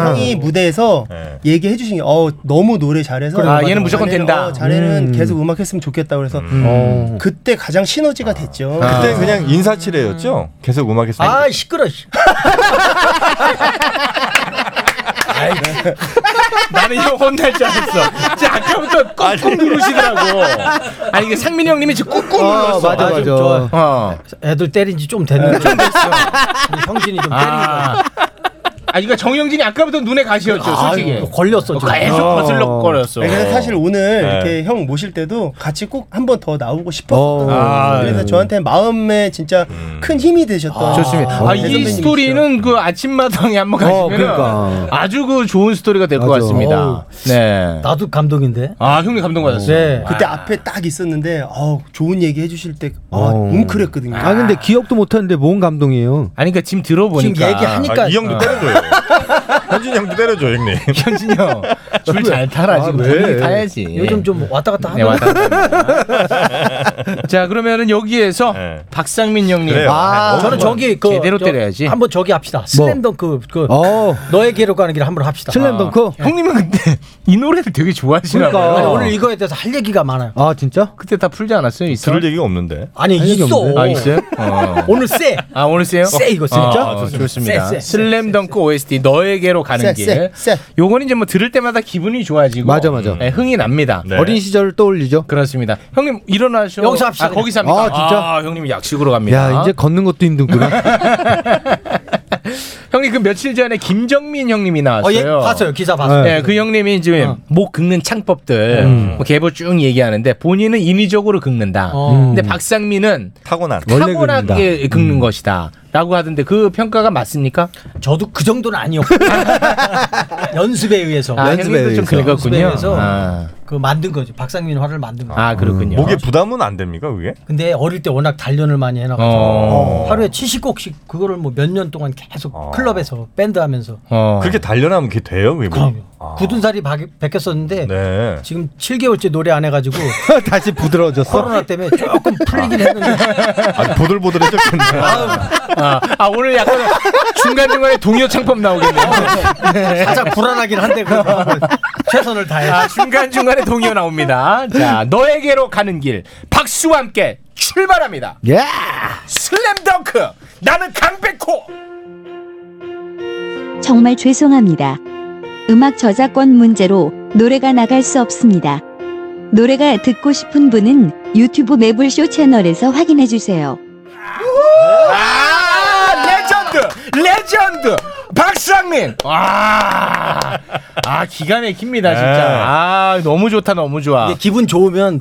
S11: 형이 무대에서
S9: 네.
S11: 얘기해 주신 게 어, 너무 노래 잘해서
S8: 그래, 아, 얘는 무조건
S11: 자네는,
S8: 된다.
S11: 어, 자네는
S8: 음.
S11: 계속 음악 했으면 좋겠다 그래서
S9: 어.
S11: 그때 가장 시너지가 됐죠.
S9: 그때 그냥 인사치레였죠. 계속 음악 했어요.
S12: 아 시끄러. 씨.
S8: 나는 형 혼날 줄 알았어. 진짜 아까부터 꾹꾹 누르시더라고. 아니 이게 상민이 형님이 지금 꾹꾹 눌렀어.
S12: 맞아,
S8: 아, 좀
S12: 맞아.
S8: 좋아.
S12: 애들 때린 지 좀 됐는데. 좀 됐어. 형진이 좀
S8: 아. 아, 이거 정영진이 아까부터 눈에 가시였죠,
S12: 아,
S8: 솔직히.
S12: 이거 걸렸어, 지금.
S8: 계속
S12: 어.
S8: 거슬럭거렸어.
S11: 네, 그래서 사실 오늘
S8: 네.
S11: 이렇게 형 모실 때도 어, 같이 꼭 한 번 더 나오고 싶었던
S8: 어. 아,
S11: 그래서
S8: 네.
S11: 저한테 마음에 진짜 큰 힘이 되셨던 네,
S8: 좋습니다. 아, 이 스토리는 그 아침마당에 한번 가시면
S11: 어, 그러니까.
S8: 아주 그 좋은 스토리가 될 것
S12: 맞아.
S8: 같습니다.
S12: 어우.
S8: 네.
S12: 나도 감동인데.
S8: 아, 형님 감동받았어요.
S12: 네.
S11: 그때 앞에
S8: 아.
S11: 딱 있었는데 어, 좋은 얘기 해주실 때 어, 뭉클했거든요.
S10: 아 근데 기억도 못하는데 뭔 감동이에요?
S8: 아니 그러니까 지금 들어보니까
S11: 지금 얘기하니까- 아, 이 형도
S9: 때려줘요. 현진이 형도 때려줘, 형님.
S8: 현진이 형. *laughs* 줄 잘 타라 지금 본인이 타야지.
S12: 아, 요즘 좀 왔다 갔다
S8: 네,
S12: 하는
S8: 왔다
S12: *laughs*
S8: 자 그러면은 여기에서 박상민 형님.
S12: 네. 그래요. 아, 저는 저기 그
S8: 제대로
S12: 저-
S8: 때려야지. 뭐?
S12: 한번 저기 합시다. 슬램덩크 그 너의 길로 가는 길 한번 합시다. 아.
S8: 슬램덩크? 어. 예. 형님은 근데 이 노래를 되게 좋아하시나
S12: 그 그러니까
S8: 봐요.
S12: 오늘 이거에 대해서 할 얘기가 많아요.
S10: 아 진짜?
S8: 그때 다 풀지 않았어요? 있어?
S9: 들을 얘기가 없는데.
S12: 아니 있어.
S8: 아 있어요? 어.
S12: 오늘 쎄.
S8: 아 오늘 세요?
S12: 쎄, 이거
S8: 진짜?
S12: 진짜?
S8: 좋습니다.
S12: 쎄, 쎄, 쎄,
S8: 슬램덩크 OST 너에게로 가는
S12: 쎄,
S8: 길.
S12: 쎄,
S8: 요거는 이제 뭐 들을 때마다 기분이 좋아지고
S10: 맞아, 맞아.
S8: 예, 흥이 납니다.
S12: 네.
S10: 어린 시절을 떠올리죠.
S8: 그렇습니다. 형님 일어나셔.
S10: 여기서 합시다,
S8: 아,
S10: 그냥.
S8: 거기서 합니까?
S10: 아, 진짜?
S8: 형님 약식으로 갑니다.
S10: 야 이제 걷는 것도 힘든구나.
S8: 형님 그 며칠 전에 김정민 형님이 나왔어요.
S12: 어, 예, 봤어요. 기사
S10: 네.
S12: 봤어요.
S8: 예, 그 형님이 이제 목 긁는 창법들
S10: 음.
S8: 뭐 개보 쭉 얘기하는데 본인은 인위적으로 긁는다.
S9: 음.
S8: 근데 박상민은
S9: 타고난
S8: 타고나게 긁는
S10: 음.
S8: 것이다라고 하던데 그 평가가 맞습니까?
S12: 저도 그 정도는 아니었고 *laughs* 연습에 의해서
S8: 아, 연습에 형님도 좀 의해서.
S12: 연습에
S8: 긁었군요.
S12: 의해서
S8: 아.
S12: 그 만든 거죠. 박상민 화를 만든 거.
S9: 음. 목에 부담은 안 됩니까, 그게?
S12: 근데 어릴 때 워낙 단련을 많이 해놔가지고
S9: 어.
S12: 하루에 70곡씩 그거를 뭐 몇 년 동안 계속
S11: 아.
S12: 클럽에서 밴드 하면서
S8: 어.
S9: 그렇게 단련하면 그게 돼요, 그게?
S11: 아.
S9: 그럼.
S12: 굳은 살이 박- 벗겼었는데
S9: 네.
S12: 지금 7개월째 노래 안 해가지고
S10: *laughs* 다시 부드러워졌어.
S12: 코로나 때문에 조금 풀리긴 했는데
S9: 아, 보들보들해졌겠네.
S8: 아, 아, 오늘 약간 중간 중간에 동요 창법 나오겠네요.
S12: 살짝 불안하긴 한데 그래도 한번 최선을 다해.
S8: 아, 중간 중간에 동요 나옵니다. 자, 너에게로 가는 길 박수와 함께 출발합니다.
S10: 예.
S8: 슬램덩크 나는 강백호.
S13: 정말 죄송합니다. 음악 저작권 문제로 노래가 나갈 수 없습니다. 노래가 듣고 싶은 분은 유튜브 매불쇼 채널에서 확인해 주세요.
S8: 아, 레전드, 레전드, 박상민. 와, 아 기가 막힙니다 진짜.
S9: 네.
S8: 아 너무 좋다, 너무 좋아.
S12: 기분 좋으면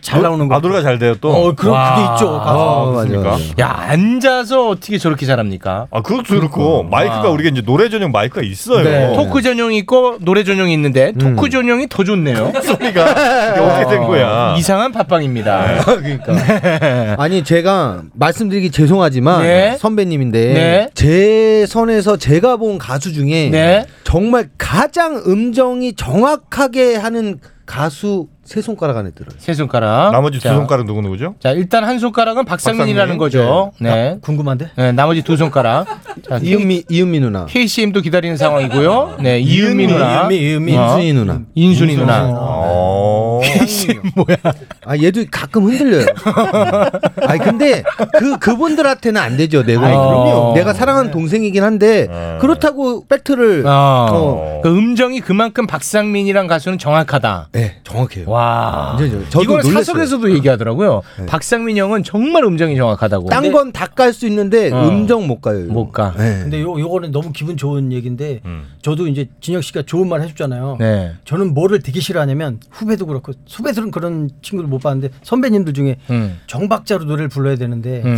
S8: 잘 나오는
S9: 거. 아, 노래가 잘 돼요, 또.
S8: 어, 그럼 그게 있죠. 가서.
S9: 맞습니까?
S8: 어, 야, 앉아서 어떻게 저렇게 잘합니까?
S9: 아, 그것도 그렇고 마이크가
S8: 아.
S9: 우리가 이제 노래 전용 마이크가 있어요.
S8: 네. 토크 전용이 있고 노래 전용이 있는데 토크 전용이 더 좋네요.
S9: 소리가 이게 어떻게 된 거야?
S8: 이상한 팟빵입니다. *laughs* 그러니까.
S10: 아니 제가 말씀드리기 죄송하지만
S8: 네.
S10: 선배님인데
S8: 네.
S10: 제 선에서 제가 본 가수 중에
S8: 네.
S10: 정말 가장 음정이 정확하게 하는 가수 세 손가락 안에 들어요.
S8: 세 손가락.
S9: 나머지 두
S8: 자.
S9: 손가락 누구 누구죠?
S8: 자, 일단 한 손가락은
S9: 박상민.
S8: 박상민이라는 거죠. 네.
S12: 궁금한데?
S8: 네, 나머지 두 손가락.
S10: *laughs*
S8: 자,
S10: 이은미 이은미 누나.
S8: KCM도 기다리는 상황이고요. 네, 이은미 누나. 어.
S10: 이은미, 이은미. 인순이 누나.
S8: 인순이
S10: 인순이
S8: 누나.
S10: 누나.
S8: KCM 뭐야?
S10: 아 얘도 가끔 흔들려요.
S8: *laughs*
S10: 아니 근데 그 그분들한테는 안 되죠 내가.
S8: 아이, 그럼요. 네.
S10: 내가 사랑하는 동생이긴 한데 그렇다고 팩트를
S8: 어.
S10: 어,
S8: 그 음정이 그만큼 박상민이란 가수는 정확하다.
S10: 네, 정확해요.
S8: 와.
S10: 완전히 정확- 저도
S8: 이걸
S10: 놀랐어요. 네.
S8: 사석에서도 얘기하더라고요. 박상민 형은 정말 음정이 정확하다고. 어.
S10: 딴 건 다 깔 수 있는데 음정 못 가요. 네.
S8: 못 가.
S12: 근데 요 요거는 너무 기분 좋은 얘기인데 저도 이제 진혁 씨가 좋은 말 해줬잖아요.
S8: 네.
S12: 저는 뭐를 되게 싫어하냐면 후배도 그렇고 후배들은 그런 친구를 못 봤는데 선배님들 중에
S8: 음.
S12: 정박자로 노래를 불러야 되는데
S8: 음,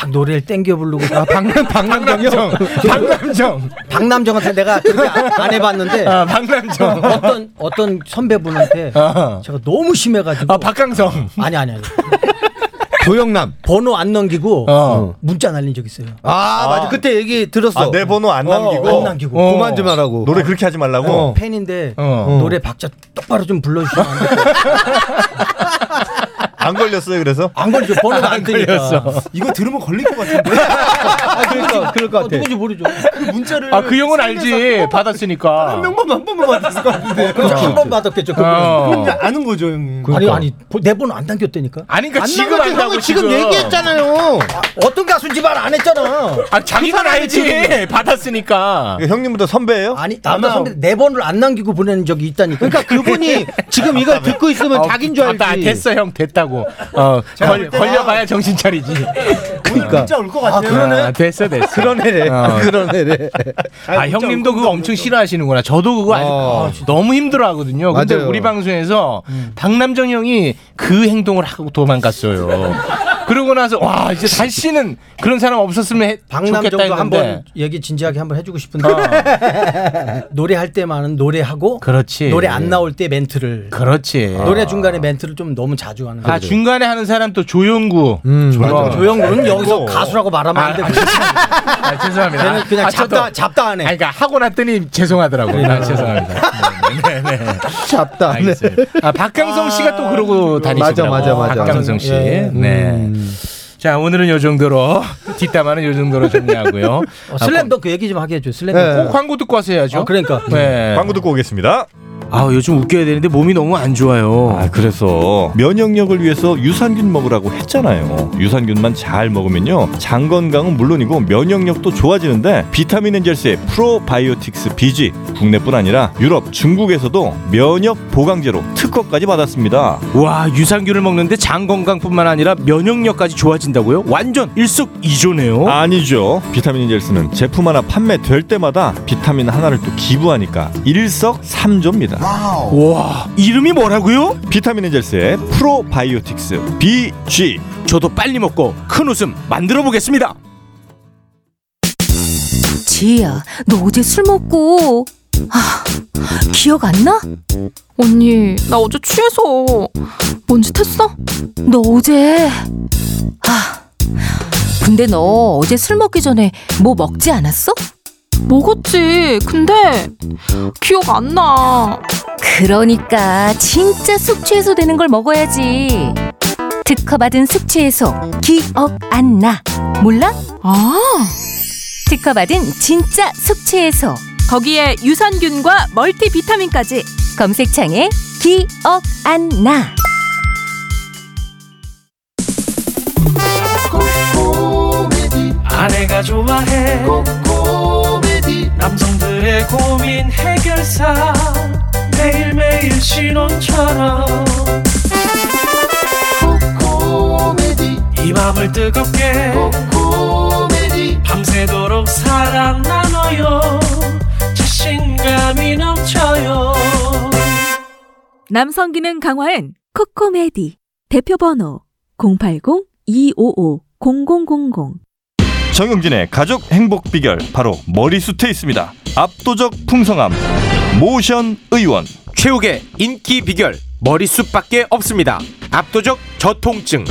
S12: 막 노래를 땡겨 부르고
S8: 아, 박남- *laughs* 박남정이요?
S12: 박남정 박남정한테 내가 그렇게 안- 안 해봤는데
S8: 아, 박남정.
S12: 네. 어떤 어떤 그 선배분한테
S8: 아.
S12: 제가 너무 심해가지고 아
S8: 박강성
S12: 아니 아니 아니 조영남 번호 안 넘기고
S10: 어.
S12: 문자 날린 적 있어요
S10: 아, 맞아. 그때 얘기 들었어.
S9: 아, 내 번호 안
S12: 어,
S9: 남기고.
S12: 안 남기고
S9: 어. 그만 좀 하라고. 노래 그렇게 하지 말라고?
S12: 어, 팬인데
S9: 어.
S12: 노래 박자 똑바로 좀 불러주시면 안 돼요?
S11: *laughs*
S9: 안 걸렸어요, 그래서?
S12: 안 걸리죠. 번호가 안 뜨니까.
S11: 이거 들으면 걸릴 것 같은데.
S12: 그러니까,
S11: 그럴
S12: 것 같아. 누군지 모르죠.
S11: 그 문자를
S8: 아, 그 형은 알지. 받았으니까.
S11: 한 명만 한 번만 받았을 것 같은데. 어.
S12: 그렇죠. 한번 받았겠죠. 그분은.
S8: 어.
S11: 그럼 이제 아는 거죠, 형님.
S12: 아니 아니 내 번호 안 당겼다니까.
S8: 아니
S11: 그러니까 지금 안다고,
S12: 지금
S11: 지금.
S12: 얘기했잖아요. 어떤 가수인지 말 안 했잖아.
S8: 아, 자기는
S12: 그 사람이
S8: 알지.
S12: 지금.
S11: 아,
S8: 받았으니까.
S9: 형님보다 선배예요?
S12: 아니 나보다 선배 네 번을 안 남기고 보낸 적이 있다니까.
S10: 그러니까 그분이 지금
S11: 아,
S10: 이걸
S11: 네.
S10: 듣고 있으면
S8: 어,
S10: 자긴 줄 알지.
S8: 아빠, 됐어, 형. 됐다고. 어,
S10: 제가 볼
S8: 걸,
S10: 때는-
S8: 걸려봐야 정신 차리지.
S10: 그러니까. 문자 올것 같아요. 아, 그러네.
S8: 아, 됐어, 됐어.
S10: 그런 애래. 그런 애래.
S8: 아, 형님도 그거 엄청 싫어하시는구나. 저도 그거 아주 아, 진짜 너무 힘들어 하거든요. 근데
S9: 맞아요.
S8: 우리 방송에서
S12: 음.
S8: 박남정 형이 그 행동을 하고 도망갔어요. 그러고 나서 와 이제 다시는 그런 사람 없었으면 해, 좋겠다
S12: 박남정도
S8: 했는데
S12: 한번 얘기 진지하게 한번 해주고 싶은데 *laughs* 노래할 때만은 노래하고
S8: 어. 그렇지.
S12: 노래 안 나올 때 멘트를
S8: 그렇지 어.
S12: 노래 중간에 멘트를 좀 너무 자주 하는
S8: 아
S12: 거죠.
S8: 중간에 하는 사람 또 조영구 어.
S12: 맞아. 음.
S9: 네.
S12: 조영구는 여기서 가수라고
S10: 아,
S12: 말하면 안 돼.
S8: 아, 죄송합니다.
S12: 걔는 그냥
S8: 아,
S12: 잡다-
S8: 저도-
S12: 잡다하네.
S8: 아니, 그러니까 하고 났더니 죄송하더라고요. 아, 죄송합니다. 네, 네, 네.
S10: 잡다하네.
S8: 알겠어요. 아, 박강성 씨가 또 그러고 다니시더라고요.
S10: 맞아, 맞아, 맞아.
S8: 박강성 씨.
S10: 예.
S8: 네. 자, 오늘은 요 정도로 *laughs* 뒷담화는 요 정도로 정리하고요.
S12: 어, 슬램덩크 얘기 좀 하게 해줘.
S10: 네.
S12: 슬램덩크.
S11: 네.
S8: 꼭 광고 듣고 와서 해야죠.
S10: 아,
S8: 네.
S12: 그러니까.
S9: 광고 듣고 오겠습니다.
S8: 아,
S12: 어.
S8: 요즘 웃겨야 되는데 몸이 너무 안 좋아요.
S9: 아, 그래서 면역력을 위해서 유산균 먹으라고 했잖아요. 유산균만 잘 먹으면요. 장 건강은 물론이고 면역력도 좋아지는데 비타민 엔젤스의 프로바이오틱스 BG 국내뿐 아니라 유럽, 중국에서도 면역 보강제로 특허까지 받았습니다.
S8: 와 유산균을 먹는데 장 건강뿐만 아니라 면역력까지 좋아진다고요? 완전 일석이조네요.
S9: 아니죠. 비타민 인젤스는 제품 하나 판매될 때마다 비타민 하나를 또 기부하니까 일석삼조입니다.
S8: 와 이름이 뭐라고요?
S9: 비타민 인젤스의 프로바이오틱스 BG.
S8: 저도 빨리 먹고 큰 웃음 만들어 보겠습니다.
S14: 지혜야, 너 어제 술 먹고 아, 기억 안 나? 언니, 나 어제 취해서 뭔 짓 했어? 너 어제 아,
S15: 근데 너 어제 술 먹기 전에 뭐 먹지 않았어?
S14: 먹었지. 근데 기억 안 나.
S15: 그러니까 진짜 숙취해소 되는 걸 먹어야지. 특허받은 숙취해소 기억 안 나. 몰라? 아. 특허받은 진짜 숙취해소.
S14: 거기에 유산균과 멀티비타민까지.
S15: 검색창에 기억 안 나.
S16: 아내가 좋아해 코코메디 남성들의 고민 해결사 매일매일 신혼처럼 코코메디 이 맘을 뜨겁게 코코메디 밤새도록 사랑 나눠요 자신감이 넘쳐요
S17: 남성 기능 강화엔 코코메디 대표 번호 080-255-0000
S9: 정용진의 가족 행복 비결 바로 머리숱에 있습니다. 압도적 풍성함. 모션 의원.
S8: 최욱의 인기 비결 머리숱밖에 없습니다. 압도적 저통증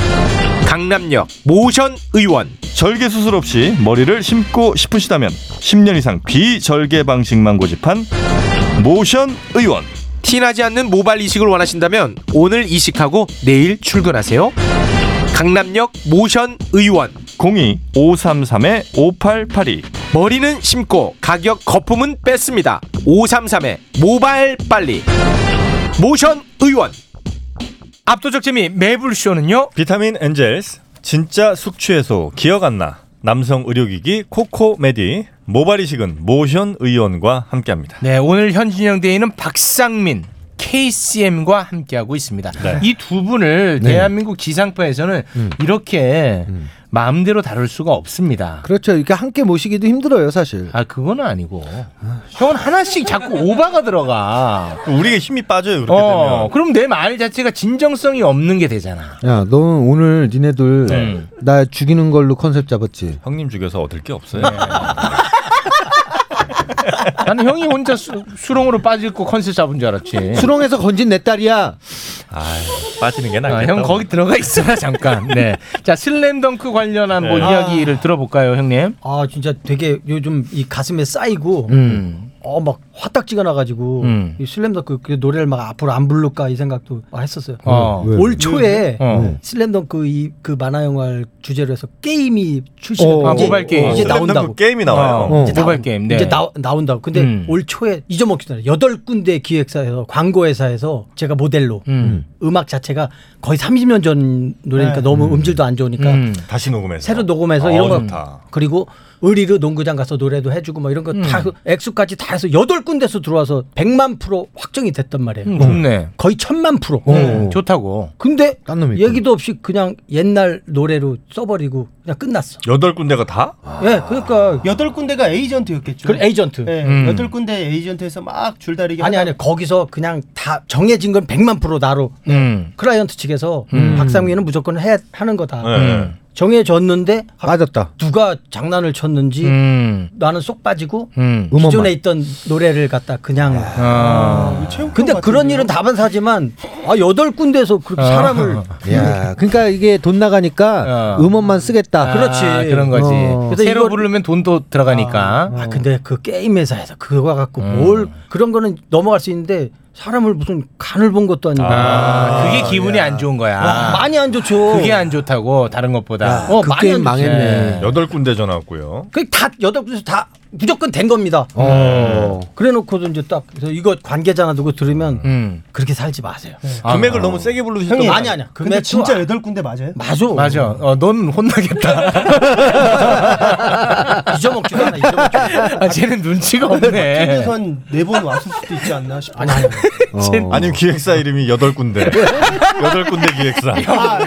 S8: 강남역 모션 의원
S9: 절개 수술 없이 머리를 심고 싶으시다면 10년 이상 비절개 방식만 고집한 모션 의원.
S8: 티나지 않는 모발 이식을 원하신다면 오늘 이식하고 내일 출근하세요. 강남역 모션 의원
S9: 02-533-5882
S8: 머리는 심고 가격 거품은 뺐습니다. 533의 모발 빨리 모션 의원 압도적 재미 매불쇼는요
S9: 비타민 엔젤스 진짜 숙취해소 기억 안 나. 남성 의료기기 코코메디 모발이식은 모션 의원과 함께합니다.
S8: 네 오늘 현진영 대인은 박상민 KCM과 함께하고 있습니다.
S2: 네.
S8: 이 두 분을
S10: 네. 음.
S8: 대한민국 기상파에서는 이렇게 마음대로 다룰 수가 없습니다.
S10: 그렇죠. 이렇게 함께 모시기도 힘들어요, 사실.
S8: 아, 그건 아니고. 형은 하나씩 자꾸 오바가 들어가.
S9: 우리가 힘이 빠져요, 그렇게
S8: 어, 그럼 내 말 자체가 진정성이 없는 게 되잖아.
S10: 야, 너는 오늘 니네들
S8: 네.
S10: 나 죽이는 걸로 컨셉 잡았지.
S9: 형님 죽여서 얻을 게 없어요.
S12: 네.
S9: 아,
S8: 나는 형이 혼자 수, 수렁으로 빠질 거 컨셉 잡은 줄 알았지.
S10: 수렁에서 건진 내 딸이야.
S9: 아, 빠지는 게
S8: 아, 형 거기 들어가 있어라 *laughs* 잠깐. 네. 자 슬램덩크 관련한 뭐
S12: 네.
S8: 이야기를 들어볼까요, 형님?
S12: 아 진짜 되게 요즘 이 가슴에 쌓이고
S8: 음.
S12: 어 막 화딱지가 나가지고
S8: 음.
S12: 이 슬램덩크 그 노래를 막 앞으로 안 부를까 이 생각도 막 했었어요. 음.
S8: 어. 왜?
S12: 올 초에
S8: 왜? 어.
S12: 슬램덩크 이 그 만화 영화를 주제로 해서 게임이 출시가
S8: 어.
S12: 돼요.
S8: 아,
S12: 이제-
S8: 모바일 게임.
S12: 이제
S8: 슬램덩크
S12: 나온다고
S8: 게임이 나와요. 어.
S12: 이제
S8: 모바일
S12: 나온-
S8: 게임, 네.
S12: 이제 나, 나온다고. 근데
S8: 음.
S12: 올 초에 잊어먹기 전에 여덟 군데 기획사에서 광고회사에서 제가 모델로
S8: 음.
S12: 음. 악 자체가 거의 30년 전 노래니까
S9: 네.
S12: 너무 음질도 안 좋으니까
S9: 음. 다시 녹음해서.
S12: 새로 녹음해서
S9: 어,
S12: 이런 거
S9: 좋다.
S12: 그리고 의리로 농구장 가서 노래도 해주고 뭐 이런 거 다 액수까지 다 해서 여덟 군데서 들어와서 100만 프로 확정이 됐단 말이에요.
S8: 음, 좋네.
S12: 거의 천만 프로. 그
S8: 음, 좋다고.
S12: 근데 얘기도 없이 그냥 옛날 노래로 써버리고 그냥 끝났어.
S9: 여덟 군데가 다?
S12: 예, 그러니까
S11: 음. 여덟 군데가 에이전트였겠죠.
S12: 그 에이전트.
S11: 네,
S8: 음.
S11: 여덟 군데 에이전트에서 막 줄다리기.
S12: 아니 아니 거기서 그냥 다 정해진 건 100만 프로 나로
S8: 음.
S12: 클라이언트 측에서
S8: 음.
S12: 박상민은 무조건 해 하는 거다.
S8: 네.
S12: 음. 정해졌는데 아,
S10: 빠졌다.
S12: 누가 장난을 쳤는지 그 나는 쏙 빠지고
S8: 음.
S12: 기존에
S8: 음원만.
S12: 있던 노래를 갖다 그냥.
S8: 아.
S12: 근데 그런 일은 다반사지만 아 여덟 군데서 그렇게 사람을 *laughs*
S10: 야, 그러니까 이게 돈 나가니까 음원만 쓰겠다.
S12: 그렇죠.
S8: 아, 그런 거지.
S10: 어.
S8: 새로 부르면 돈도 들어가니까. 음.
S12: 아 근데 그 게임 회사에서 그거 갖고 뭘 그런 거는 넘어갈 수 있는데
S11: 아,
S12: 사람을 무슨 간을 본 것도 아니고.
S8: 아, 그게 기분이 안 좋은 거야.
S12: 와, 많이 안 좋죠.
S8: 그게 안 좋다고 다른 것보다.
S12: 어, 그 많이 게임 안 좋지.
S8: 네.
S12: 망했네.
S9: 여덟 군데 전화 왔고요.
S12: 그다 여덟 분에서 다 무조건 된 겁니다.
S9: 어.
S12: 그래놓고도 이제 딱 그래서 이거 관계자나 누구 들으면
S8: 음.
S12: 그렇게 살지 마세요.
S9: 금액을 너무 세게
S12: 아.
S9: 부르셨던
S12: 형님
S9: 거
S12: 아니 아니야.
S11: 근데
S12: 금액
S11: 진짜
S12: 좋아.
S11: 여덟 군데 맞아요?
S12: 맞아.
S8: 맞아. 어, 넌 혼나겠다.
S12: *laughs* 잊어먹지 않아.
S8: 아, 쟤는 눈치가 없네.
S11: 집에서 한네 번 왔을 수도 있지 않나 싶어. 아니
S9: 어. 아니면 기획사 이름이
S11: *laughs*
S9: 여덟 군데. 여덟 군데 기획사.
S12: 아,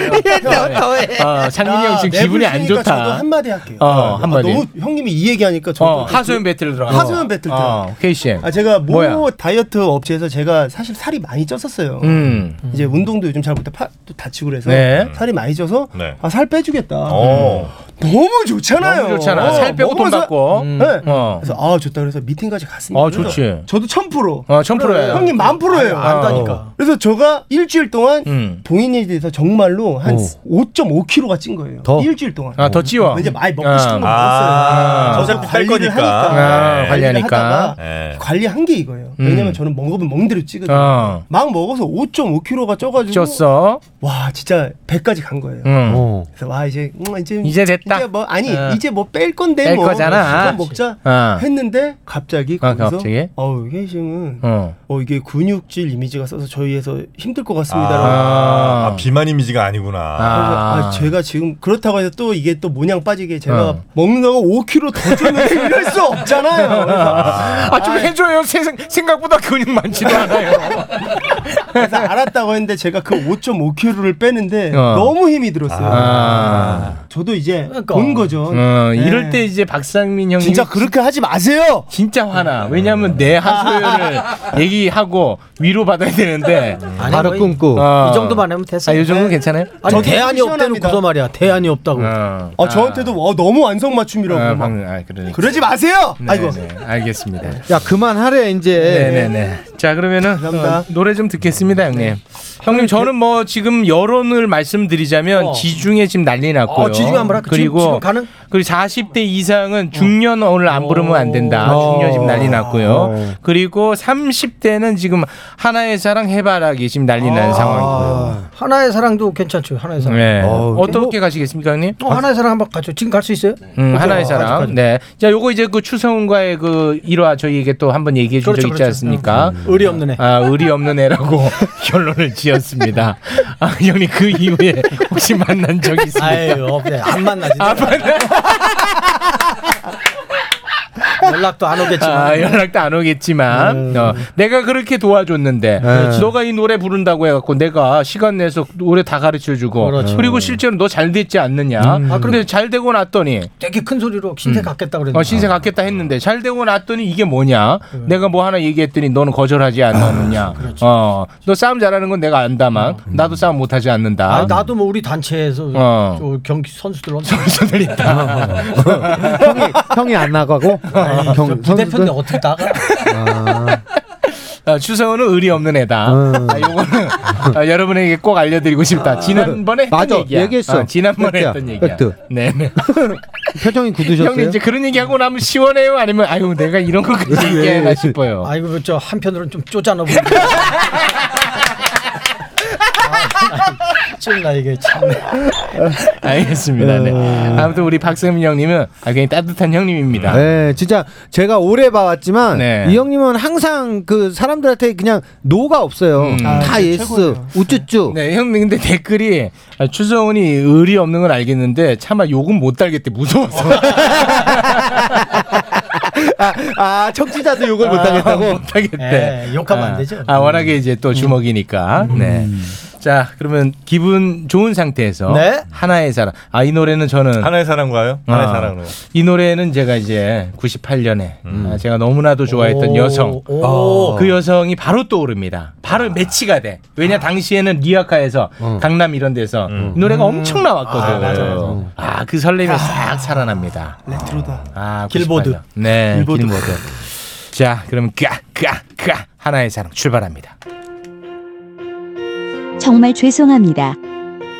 S8: 어, 장민이 형 지금 기분이 안 좋다.
S11: 저도 한마디 할게요.
S8: 어,
S11: 아,
S8: 한마디.
S11: 너무 형님이 이 얘기하니까 저도 그
S8: 어, 하소연 배틀 들어가.
S11: 하소연 배틀 들어가.
S8: 어, KCM.
S11: 아 제가 모
S8: 뭐야?
S11: 다이어트 업체에서 제가 사실 살이 많이 쪘었어요.
S8: 음.
S11: 이제 운동도 요즘 잘 못해 팔도 다치고 그래서
S8: 네.
S11: 살이 많이 쪄서
S8: 네.
S11: 아, 살 빼주겠다.
S8: 어.
S11: 너무 좋잖아요.
S8: 너무 좋잖아.
S11: 어,
S8: 살 빼고 돈
S11: 먹으면서-
S8: 받고.
S11: 네.
S8: 어.
S11: 그래서 아 좋다 그래서 미팅까지 갔습니다.
S8: 아,
S11: 그래서
S8: 좋지.
S11: 저도 천 프로.
S8: 어, 천 프로예요. 어.
S11: 형님 만 프로예요.
S8: 아니, 안다니까.
S11: 그래서 제가 일주일 동안
S8: 음.
S11: 봉인에 대해서 정말로 한
S8: 오.
S11: 5.5kg가 찐 거예요.
S8: 더?
S11: 일주일 동안.
S8: 아, 더 찌워.
S11: 이제 많이
S8: 아.
S11: 먹고 싶은 거
S8: 아.
S11: 먹었어요.
S8: 어차피 뺄 거니까. 아,
S9: 네.
S8: 관리하니까.
S11: 관리하니까.
S8: 네.
S11: 관리한 게 이거예요.
S8: 음.
S11: 왜냐면 저는 먹으면 먹는 대로 찌거든요.
S8: 어.
S11: 막 먹어서 5.5kg가 쪄가지고.
S8: 쪘어.
S11: 와 진짜 100까지 간 거예요.
S8: 음. 어.
S11: 그래서 와 이제 음, 이제
S8: 이제 됐다.
S11: 이제 뭐 아니
S8: 어.
S11: 이제 뭐 뺄 건데
S8: 뺄
S11: 뭐
S8: 거잖아.
S11: 그거 먹자
S8: 어.
S11: 했는데 갑자기
S8: 아,
S12: 그-
S11: 거기서
S8: 갑자기?
S11: 어우 회심은
S8: 어.
S11: 어. 이게 근육질 이미지가 써서 저희에서 힘들 것 같습니다.
S9: 아, 아, 비만 이미지가 아니구나.
S11: 아, 제가 지금 그렇다고 해서 또 이게 또 모냥 빠지게 제가
S9: 어.
S11: 먹는다고 5kg 더 쪘는데 이럴 수 없잖아요. 그래서
S8: 아, 좀 해줘요. 세상, 생각보다 근육 많지도 않아요.
S11: 그래서 알았다고 했는데 제가 그 5.5kg를 빼는데
S8: 어.
S11: *laughs* 너무 힘이 들었어요.
S8: 아.
S11: 저도 이제
S12: 그러니까.
S11: 본 거죠.
S12: 음.
S8: 어,
S11: 네.
S8: 이럴 때 이제 박상민 형님
S11: 진짜 그렇게 하지 마세요.
S8: 진짜 화나. 왜냐하면
S11: *laughs*
S8: 내 하소연을 얘기하고 위로 받아야 되는데
S12: 아니, 바로 거의
S10: 끊고.
S12: 이 정도만 하면 됐어요. 네.
S8: 아, 이 정도 괜찮아요?
S12: 아니
S8: 저도
S12: 대안이 없다는
S11: 시원합니다.
S12: 구서 말이야. 대안이 없다고.
S11: 아, 저한테도 어, 너무 안성맞춤이라고.
S8: 아,
S11: 막.
S8: 방- 아, 그러니까.
S11: 그러지 마세요.
S8: 네,
S11: 아이고.
S8: 네, 알겠습니다.
S10: 야, 그만하래 이제.
S8: 네네네. 자 그러면은
S11: 감사합니다.
S8: 어, 노래 좀 듣겠습니다, 형님. 형님 저는 뭐 지금 여론을 말씀드리자면
S12: 아, 그 어.
S8: 지중해 지금 난리 났고요.
S12: 어, 지중해 한번 할까? 지금-
S8: 그리고
S12: 지금 가능?
S8: 그리고 40대 이상은 중년 오늘 안 부르면 안 된다.
S12: 어.
S8: 중년 지금 난리 났고요.
S12: 어.
S8: 그리고 30대는 지금 하나의 사랑 해바라기 지금 난리 난 상황이고요.
S12: 아. 하나의 사랑도 괜찮죠. 하나의 사랑.
S8: 네. 어떻게 가시겠습니까, 형님?
S12: 어, 하나의 사랑 한번 가죠. 지금 갈 수 있어요?
S8: 음,
S12: 그죠?
S8: 하나의
S12: 가죠,
S8: 사랑.
S12: 가죠.
S8: 네. 자, 요거 이제 그 추성훈과의 그 일화 저희에게 또 한번 얘기해 준 적
S12: 그렇죠,
S8: 있지
S12: 그렇죠.
S8: 않습니까?
S12: 의리 없는 애.
S8: 아, 의리 없는 애라고 *laughs* 결론을 지었습니다. 아, 형님 그 이후에 혹시 만난 아, 적
S12: 어,
S8: 있습니까?
S12: 아유, 없네. 안 만나지.
S8: 아, 만나.
S12: *laughs* 연락도 안 오겠지만. 음.
S8: 아, 연락도 안 오겠지만 어, 내가 그렇게 도와줬는데
S12: 그렇지.
S8: 너가 이 노래 부른다고 해갖고 내가 시간 내서 노래 다 가르쳐주고
S12: 그렇지.
S8: 그리고 실제로 너 잘 됐지 않느냐
S12: 음.
S8: 아, 그런데 잘 되고 났더니
S12: 되게 큰 소리로 신세 갖겠다 그랬는데.
S8: 어, 신세 갖겠다 했는데 잘 되고 났더니 이게 뭐냐
S12: 네.
S8: 내가 뭐 하나 얘기했더니 너는 거절하지
S12: 아,
S8: 않느냐
S12: 그렇죠.
S8: 어, 너 싸움 잘하는 건 내가 안다만 나도 싸움 못하지 않는다
S12: 음. 아, 나도 뭐 우리 단체에서
S8: 어.
S12: 저 경기 선수들 엄청 선수들 *laughs*
S8: 있다.
S10: 형이 형이 안 나가고 형
S12: 부대표인데 아, 어떻게 나가?
S8: 아, 추성훈은 의리 없는 애다.
S12: 음.
S8: 아, 요거는 아, 여러분에게 꼭 알려드리고
S12: 아.
S8: 싶다. 지난번에 했던
S10: 맞아,
S8: 얘기야.
S10: 얘기했어.
S8: 아, 지난번에
S10: 팩트야,
S8: 했던 얘기야.
S10: 팩트.
S8: 네. 네.
S10: 표정이 굳으셨어요?
S8: 형님 이제 그런 얘기 하고 나면 시원해요? 아니면 아유 내가 이런 것까지 얘기해나 싶어요.
S12: 아이고 그 저 한편으로는 좀 쪼잔어 보이네. 찔나 이게 참.
S8: 알겠습니다. 네. 아무튼 우리 박세민 형님은 아, 굉장히 따뜻한 형님입니다.
S10: 음.
S12: 아.
S10: 네, 진짜 제가 오래 봐왔지만
S8: 네.
S10: 이 형님은 항상 그 사람들한테 그냥 노가 없어요. 다 예스,
S12: 그
S10: 우쭈쭈.
S8: 음. 네, 형님 근데 댓글이 아, 추성훈이 의리 없는 건 알겠는데 차마 욕은 못 달겠대 무서워서.
S10: *laughs* 아, 아 청취자도 욕을
S8: 아, 못하겠대.
S12: 예, 욕하면 안 되죠.
S8: 아, 워낙에 이제
S10: 음.
S8: 또 주먹이니까. 네. 자, 그러면 기분 좋은 상태에서
S9: 네.
S8: 하나의 사랑. 아, 이 노래는 저는
S9: 하나의 사랑과요?
S12: 아.
S9: 하나의 사랑으로.
S8: 이 노래는 제가 이제 98년에
S9: 음.
S8: 아, 제가 너무나도 좋아했던
S9: 오,
S8: 여성
S9: 오.
S8: 그 여성이 바로 떠오릅니다. 바로
S9: 아.
S8: 매치가 돼. 왜냐 당시에는 리아카에서 강남 이런 데서 이 노래가 엄청
S9: 음. 아, 맞아, 맞아.
S8: 나왔거든. 아 그 설렘이 싹 살아납니다.
S11: 레트로다.
S8: 아,
S12: 길보드.
S8: 98년. 네, 길보드.
S12: 길보드.
S8: 자, 그럼 까까까 하나의 사랑 출발합니다.
S13: 정말 죄송합니다.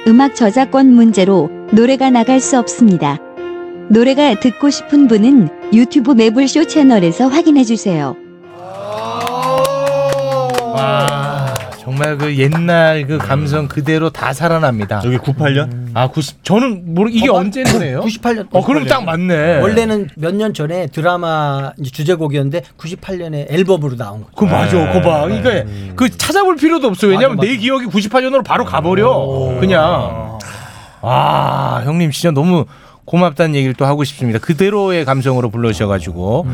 S13: 음악 저작권 문제로 노래가 나갈 수 없습니다. 노래가 듣고 싶은 분은 유튜브 매불쇼 채널에서 확인해 주세요.
S8: 와, 정말 그 옛날 그 감성 그대로 다 살아납니다. 저게
S12: 음.
S8: 98년? 아, 90. 저는 모르 이게 언제 노래예요?
S12: 98년.
S8: 어, 그럼 딱 맞네.
S12: 원래는 몇 년 전에 드라마 이제 주제곡이었는데 98년에 앨범으로 나온 거.
S8: 그 맞아, 그거 봐. 그러니까 그 찾아볼 필요도 없어. 왜냐면 내 기억이 98년으로 바로 가버려. 그냥. 아, 형님 진짜 너무 고맙다는 얘기를 또 하고 싶습니다. 그대로의 감성으로 불러주셔가지고.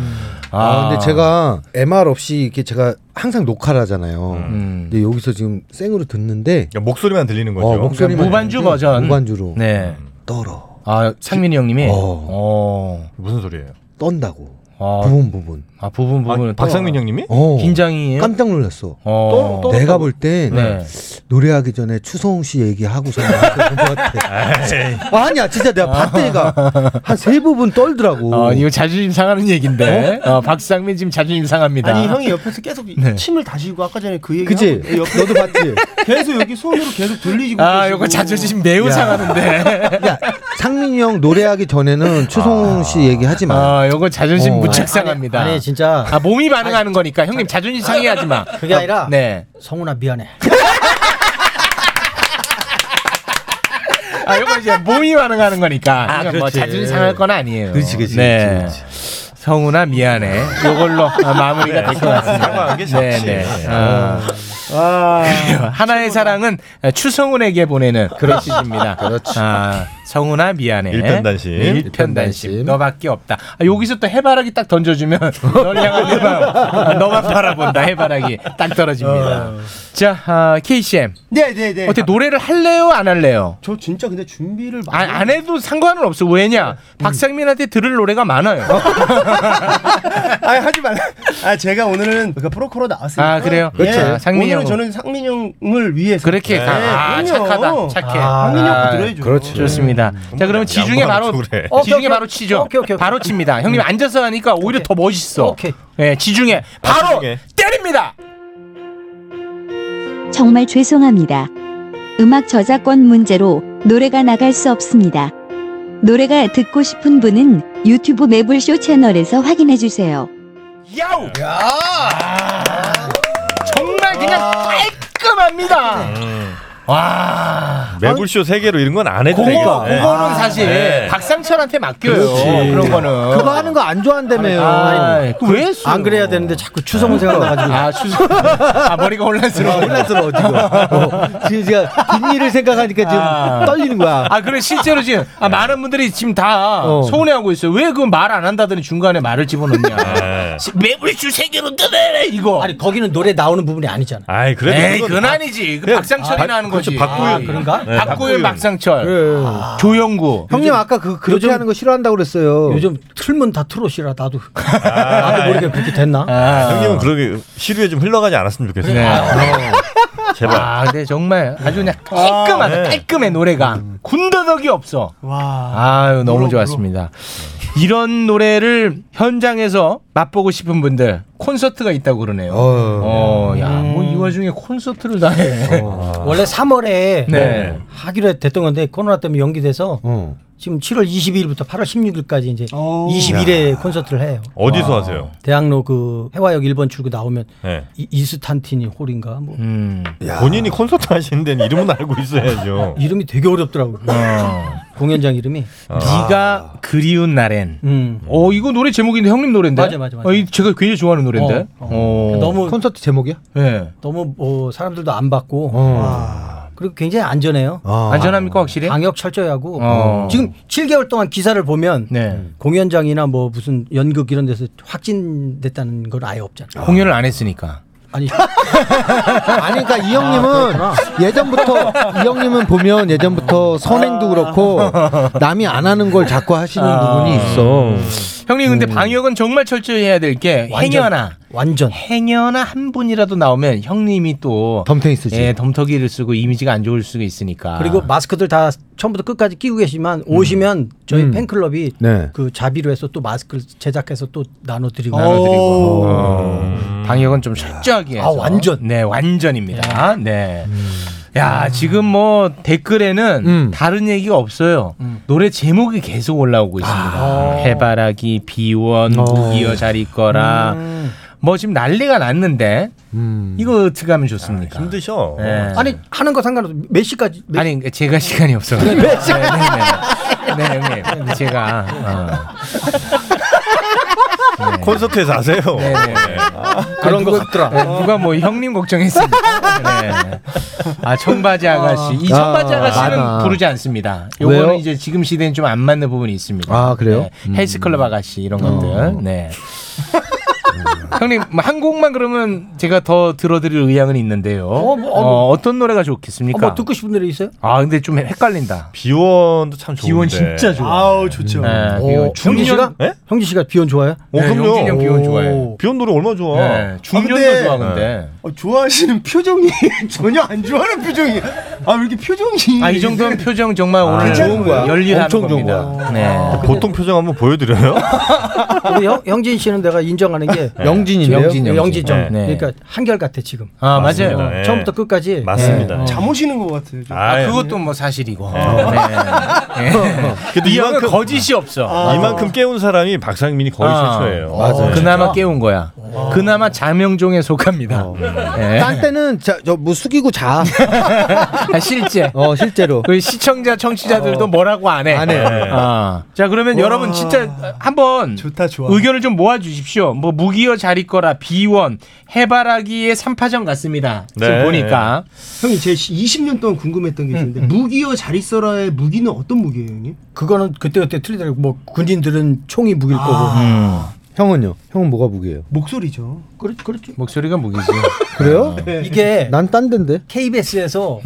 S10: 아, 근데 제가 MR 없이 이렇게 제가 항상 녹화를
S8: 음.
S10: 하잖아요. 음. 근데 여기서 지금 생으로 듣는데
S9: 목소리만 들리는 거죠.
S10: 어, 목소리만
S8: 그러니까 무반주
S10: 들리는데
S8: 버전.
S10: 무반주로.
S8: 네.
S10: 떨어.
S8: 아, 상민이 형님이.
S10: 어.
S9: 무슨 소리예요?
S10: 떤다고.
S8: 아,
S10: 부분 부분.
S8: 아
S12: 그
S8: 부분 부분. 은
S10: 박상민
S9: 형님이?
S10: 어.
S8: 긴장이에요?
S10: 깜짝 놀랐어.
S8: 어. 또- 또-
S10: 내가
S8: 또-
S10: 볼 땐
S8: 네.
S10: 노래하기 전에 추성훈 씨 얘기하고서
S12: 아,
S10: 나왔던 것 같아. 아니야, 진짜 내가 봤대가 한 세 부분 떨더라고.
S8: 어, 이거 자존심 상하는 얘기인데. 어, 박상민 지금 자존심 상합니다.
S11: 아니 형이 옆에서 계속
S8: 네.
S11: 침을 다시고 아까 전에 그 얘기
S8: 그치?
S11: 하고 옆에
S10: 너도 봤지?
S11: 계속 여기 손으로 계속 돌리시고
S8: 아, 요거 자존심 매우
S10: 야.
S8: 상하는데.
S10: 상민이 형 노래하기 전에는 추성훈 씨 얘기하지 마.
S8: 아, 요거 자존심
S10: 어.
S8: 무척
S10: 아니,
S8: 상합니다.
S10: 아니,
S12: 진짜.
S8: 아, 몸이 반응하는 거니까. 형님 자존심 상해하지 마.
S12: 그게 아니라
S8: 아, 네.
S12: 성훈아 미안해.
S8: 아, 요거 이제 몸이 반응하는 거니까.
S12: 아,
S8: 이건 뭐
S12: 그렇지.
S8: 자존심 상할 건 아니에요. 네.
S12: 그렇지, 그렇지, 그렇지,
S8: 성훈아 미안해. 요걸로 아, 마무리가 될 것 같습니다. 네,
S9: 사과한 게 적지.
S8: 아. 그래요. 하나의 사랑은 추성훈에게 보내는 *laughs* 그런 시입니다.
S9: 그렇지.
S8: 아, 성훈아 미안해.
S9: 일편단심.
S8: 네, 일편단심. 너밖에 없다. 아, 여기서 또 해바라기 딱 *laughs* 던져주면 널 향한 내 마음. 아, 너만 바라본다. 해바라기 딱 떨어집니다. 자, 아, KCM.
S11: 네네네
S8: 어때 노래를 할래요? 안 할래요?
S11: 저 진짜 근데 준비를
S8: 안, 아, 안 해도 상관은 없어.
S11: 네.
S8: 왜냐?
S11: 음.
S8: 박상민한테 들을
S11: *laughs*
S8: 노래가 많아요.
S11: 아 하지 마. 아 제가 오늘은 그 프로코로 나왔으니까.
S8: 아, 그래요? 그렇죠.
S11: 예, 오늘은
S8: 상민이 형은.
S11: 저는 상민 형을 위해서 네.
S8: 그렇게 가- 아, 착하다. 착해.
S11: 상민 형
S8: 아,
S11: 들어야죠. 네. 음.
S8: 그렇죠. 좋습니다. 자, 그러면 지중에 바로
S11: 그래.
S8: 어, 지중에 바로 치죠. 바로 칩니다. 형님
S11: 음.
S8: 앉아서 하니까 오히려 더 멋있어. 예,
S11: 아,
S8: 지중에 바로 때립니다.
S13: 정말 죄송합니다. 음악 저작권 문제로 노래가 나갈 수 없습니다. 노래가 듣고 싶은 분은 유튜브 매불쇼 채널에서 확인해 주세요.
S8: 야우!
S11: 아. 네.
S10: 아,
S8: 정말 그냥 깔끔합니다. 와.
S9: 음, 매불쇼 세개로 이런 건 안 해도
S8: 그거,
S9: 되겠네.
S8: 그러니까
S10: 그러니까
S8: 그거는 사실 박상철한테 맡겨요. 그런 거는.
S10: 네. 그거 하는 거 안 좋아한다며요.
S8: 아이, 그- 왜 술?
S10: 안 그래야 되는데 자꾸 추성훈 생각나가지고.
S8: 아, 추성. 아, 머리가 혼란스러워.
S10: 아, 혼란스러워 지금.
S12: 아,
S10: 어, 지금 제가 뒷일을 생각하니까 지금
S8: 아.
S10: 떨리는 거야.
S8: 아, 그래 실제로 지금 아, 많은 분들이 지금 다
S10: 네. 어.
S8: 서운해하고 있어요. 왜 그 말 안 한다더니 중간에 말을
S9: 아,
S10: *laughs*
S9: 네.
S8: 집어넣냐. 시- 매불쇼 세계로 떠나래 이거.
S12: 아니 거기는 노래 나오는 부분이 아니잖아.
S9: 아이
S8: 그래도 에이, 그건 그건 박- 아니지. 그 박상철이나 하는 거지.
S10: 그렇죠.
S12: 박구윤
S8: 아,
S12: 그런가?
S8: 네, 박구윤, 박상철,
S10: 네.
S8: 조영구.
S10: 형님 아까 그 그렇게 하는 거 싫어한다고 그랬어요.
S12: 요즘 틀면 다 트롯이라 나도 나도 모르게 그렇게 됐나?
S9: 아,
S12: 아.
S9: 형님은 그러게 시류에 좀 흘러가지 않았으면 좋겠어요.
S12: 네.
S9: 어. 제발.
S8: 아, 근데 정말 아주 그냥 깔끔하다.
S9: 네.
S8: 깔끔해
S12: 음,
S8: 노래가. 군더더기 없어.
S2: 와.
S8: 아유, 너무 좋았습니다. 이런 노래를 현장에서 맛보고 싶은 분들 콘서트가 있다고 그러네요. 어, 야, 뭐 이 와중에 콘서트를 다해.
S12: 음. 원래 3월에
S8: 어. 네.
S12: 하기로 됐던 건데 코로나 때문에 연기돼서 지금 7월 22일부터 8월 16일까지 이제 20일에 콘서트를 해요.
S9: 어디서 하세요?
S12: 아. 대학로 그 해화역 1번 출구 나오면
S9: 네.
S12: 이- 이스탄티니 홀인가 뭐
S8: 음.
S9: 본인이 콘서트 하시는 데는 이름은 알고 있어야죠.
S12: 이름이 되게 어렵더라고. 요 공연장 이름이
S8: 아. 네가 그리운 날엔. 어 이거 노래 제목인데 형님 노래인데.
S12: 음. 맞아, 맞아, 맞아.
S8: 어, 이 제가 굉장히 좋아하는 노래인데.
S12: 어,
S8: 어.
S12: 너무
S10: 콘서트 제목이야?
S8: 예.
S12: 너무 뭐 사람들도 안 받고
S8: 어.
S12: 그리고 굉장히 안전해요.
S8: 아. 안전합니까, 확실히?
S12: 방역 철저히 하고
S8: 어.
S12: 지금 7개월 동안 기사를 보면
S8: 네.
S12: 공연장이나 뭐 무슨 연극 이런 데서 확진됐다는 건 아예 없잖아요.
S8: 공연을 안 했으니까.
S12: 아니
S10: 아니 그러니까 이 형님은 예전부터 이 형님은 보면 예전부터 선행도 그렇고 남이 안 하는 걸 자꾸 하시는 부분이 있어.
S8: 형님
S10: 음.
S8: 근데 방역은 정말 철저히 해야 될 게 행여나
S12: 완전
S8: 행여나 한 분이라도 나오면 형님이 또
S10: 덤탱이 쓰지.
S8: 예, 덤터기를 쓰고 이미지가 안 좋을 수가 있으니까.
S12: 그리고 마스크들 다 처음부터 끝까지 끼고 계시지만 오시면 저희
S8: 아. 음.
S12: 팬클럽이
S8: 네.
S12: 그 자비로 해서 또 마스크를 제작해서 또
S8: 어.
S12: 나눠드리고
S8: 나눠드리고 어. 방역은 좀 철저하게 해서
S12: 음. 아, 완전. 음.
S8: 네 완전입니다. 네. 야 지금 뭐 댓글에는 다른 얘기가 없어요.
S12: 음.
S8: 노래 제목이 계속 올라오고
S12: 아.
S8: 있습니다.
S12: 어.
S8: 해바라기, 비원, 무기여 잘 있거라.
S12: 음.
S8: 뭐 지금 난리가 났는데 이거 어떻게 하면 좋습니까?
S12: 아,
S8: 네.
S9: 힘드셔.
S12: 아니 하는 거 상관없어 몇 시까지 몇
S8: 아니 제가 시간이 없어. 네, 네, 네. 네, 형님. 근데 제가 어.
S9: 콘서트에서 하세요.
S12: 네.
S8: 그런 거 같더라. 네. 누가 뭐 형님 걱정했습니다. 네. 아 청바지 아가씨. 이
S10: 아,
S8: 청바지 아가씨는
S10: 많아.
S8: 부르지 않습니다.
S10: 왜요?
S8: 요거는 이제 지금 시대엔 좀 안 맞는 부분이 있습니다.
S10: 아, 그래요?
S8: 네. 헬스클럽 아가씨 이런 것들. 네. 형님 뭐한 곡만 그러면 제가 더 들어드릴 의향은 있는데요. 어,
S12: 뭐,
S8: 떤 노래가 좋겠습니까?
S12: 어, 뭐 듣고 싶은 노래 있어요?
S8: 아 근데 좀 헷갈린다.
S9: 비원도 참 좋은데.
S8: 비원 진짜 좋아. 아우 좋죠. 네,
S12: 어,
S8: 비원.
S12: 형진 씨가
S9: 네?
S12: 형진 씨가 비원 좋아해요? 네,
S9: 어, 그럼요.
S8: 용진이 형 비원 좋아해요.
S9: 비원 노래 얼마나 좋아.
S8: 네, 중년도 좋아, 근데.
S11: 어, 좋아하시는 표정이 *laughs* 전혀 안 좋아하는 표정이 아왜 이렇게 표정이
S8: 아, 이 정도면 표정 정말 오늘
S9: 좋은 거야.
S8: 열일하는
S9: 엄청 좋은
S8: 겁니다.
S9: 거야.
S12: 아,
S8: 네.
S9: 아, 보통 표정
S12: *laughs*
S9: 한번 보여드려요?
S12: 근데 형, 형진 씨는 내가 인정하는 게
S9: 네. 영진인데요?
S12: 영진
S9: 영진.
S12: 영진 정.
S9: 네.
S12: 그러니까 한결 같아 지금.
S8: 아, 맞아요.
S12: 어,
S8: 예.
S12: 처음부터 끝까지.
S9: 맞습니다.
S12: 어.
S11: 잠 오시는 것 같아요. 좀.
S8: 아,
S9: 아유.
S8: 그것도 뭐 사실이고. 네. 네.
S9: 근데
S8: 이 형은
S9: 이만큼-
S8: 거짓이 없어.
S11: 아,
S9: 이만큼 깨운 사람이 박상민이 거의
S8: 아,
S9: 최초예요. 어, 네. 그렇죠.
S8: 맞아요. 그나마 깨운 거야. 그나마 자명종에 속합니다.
S9: 어.
S8: 네.
S10: 아. 딴 때는 저뭐 숙이고 자.
S8: 아, 실제.
S10: 어 실제로.
S8: 그 시청자, 청취자들도
S10: 어.
S8: 뭐라고 안 해.
S10: 안 해.
S8: 아. 자, 그러면 여러분 진짜 한번 의견을 좀 모아 주십시오. 뭐 무기여 자리 거라 비원 해바라기의 삼파전 같습니다. 지금 보니까 음,
S11: 형님 제 20년 동안 궁금했던 게 있는데 무기여 잘 있어라의 무기는 어떤 무기예요, 형님?
S12: 그거는 그때 그때 틀리더라고. 뭐 군인들은 총이 무기일 거고.
S8: 음.
S10: 형은요? 형은 뭐가 무기예요?
S11: 아. 목소리죠.
S12: 그렇 그렇죠.
S11: *laughs*
S8: 목소리가 무기지.
S10: 그래요?
S12: 이게
S10: 난 딴 데인데.
S12: KBS에서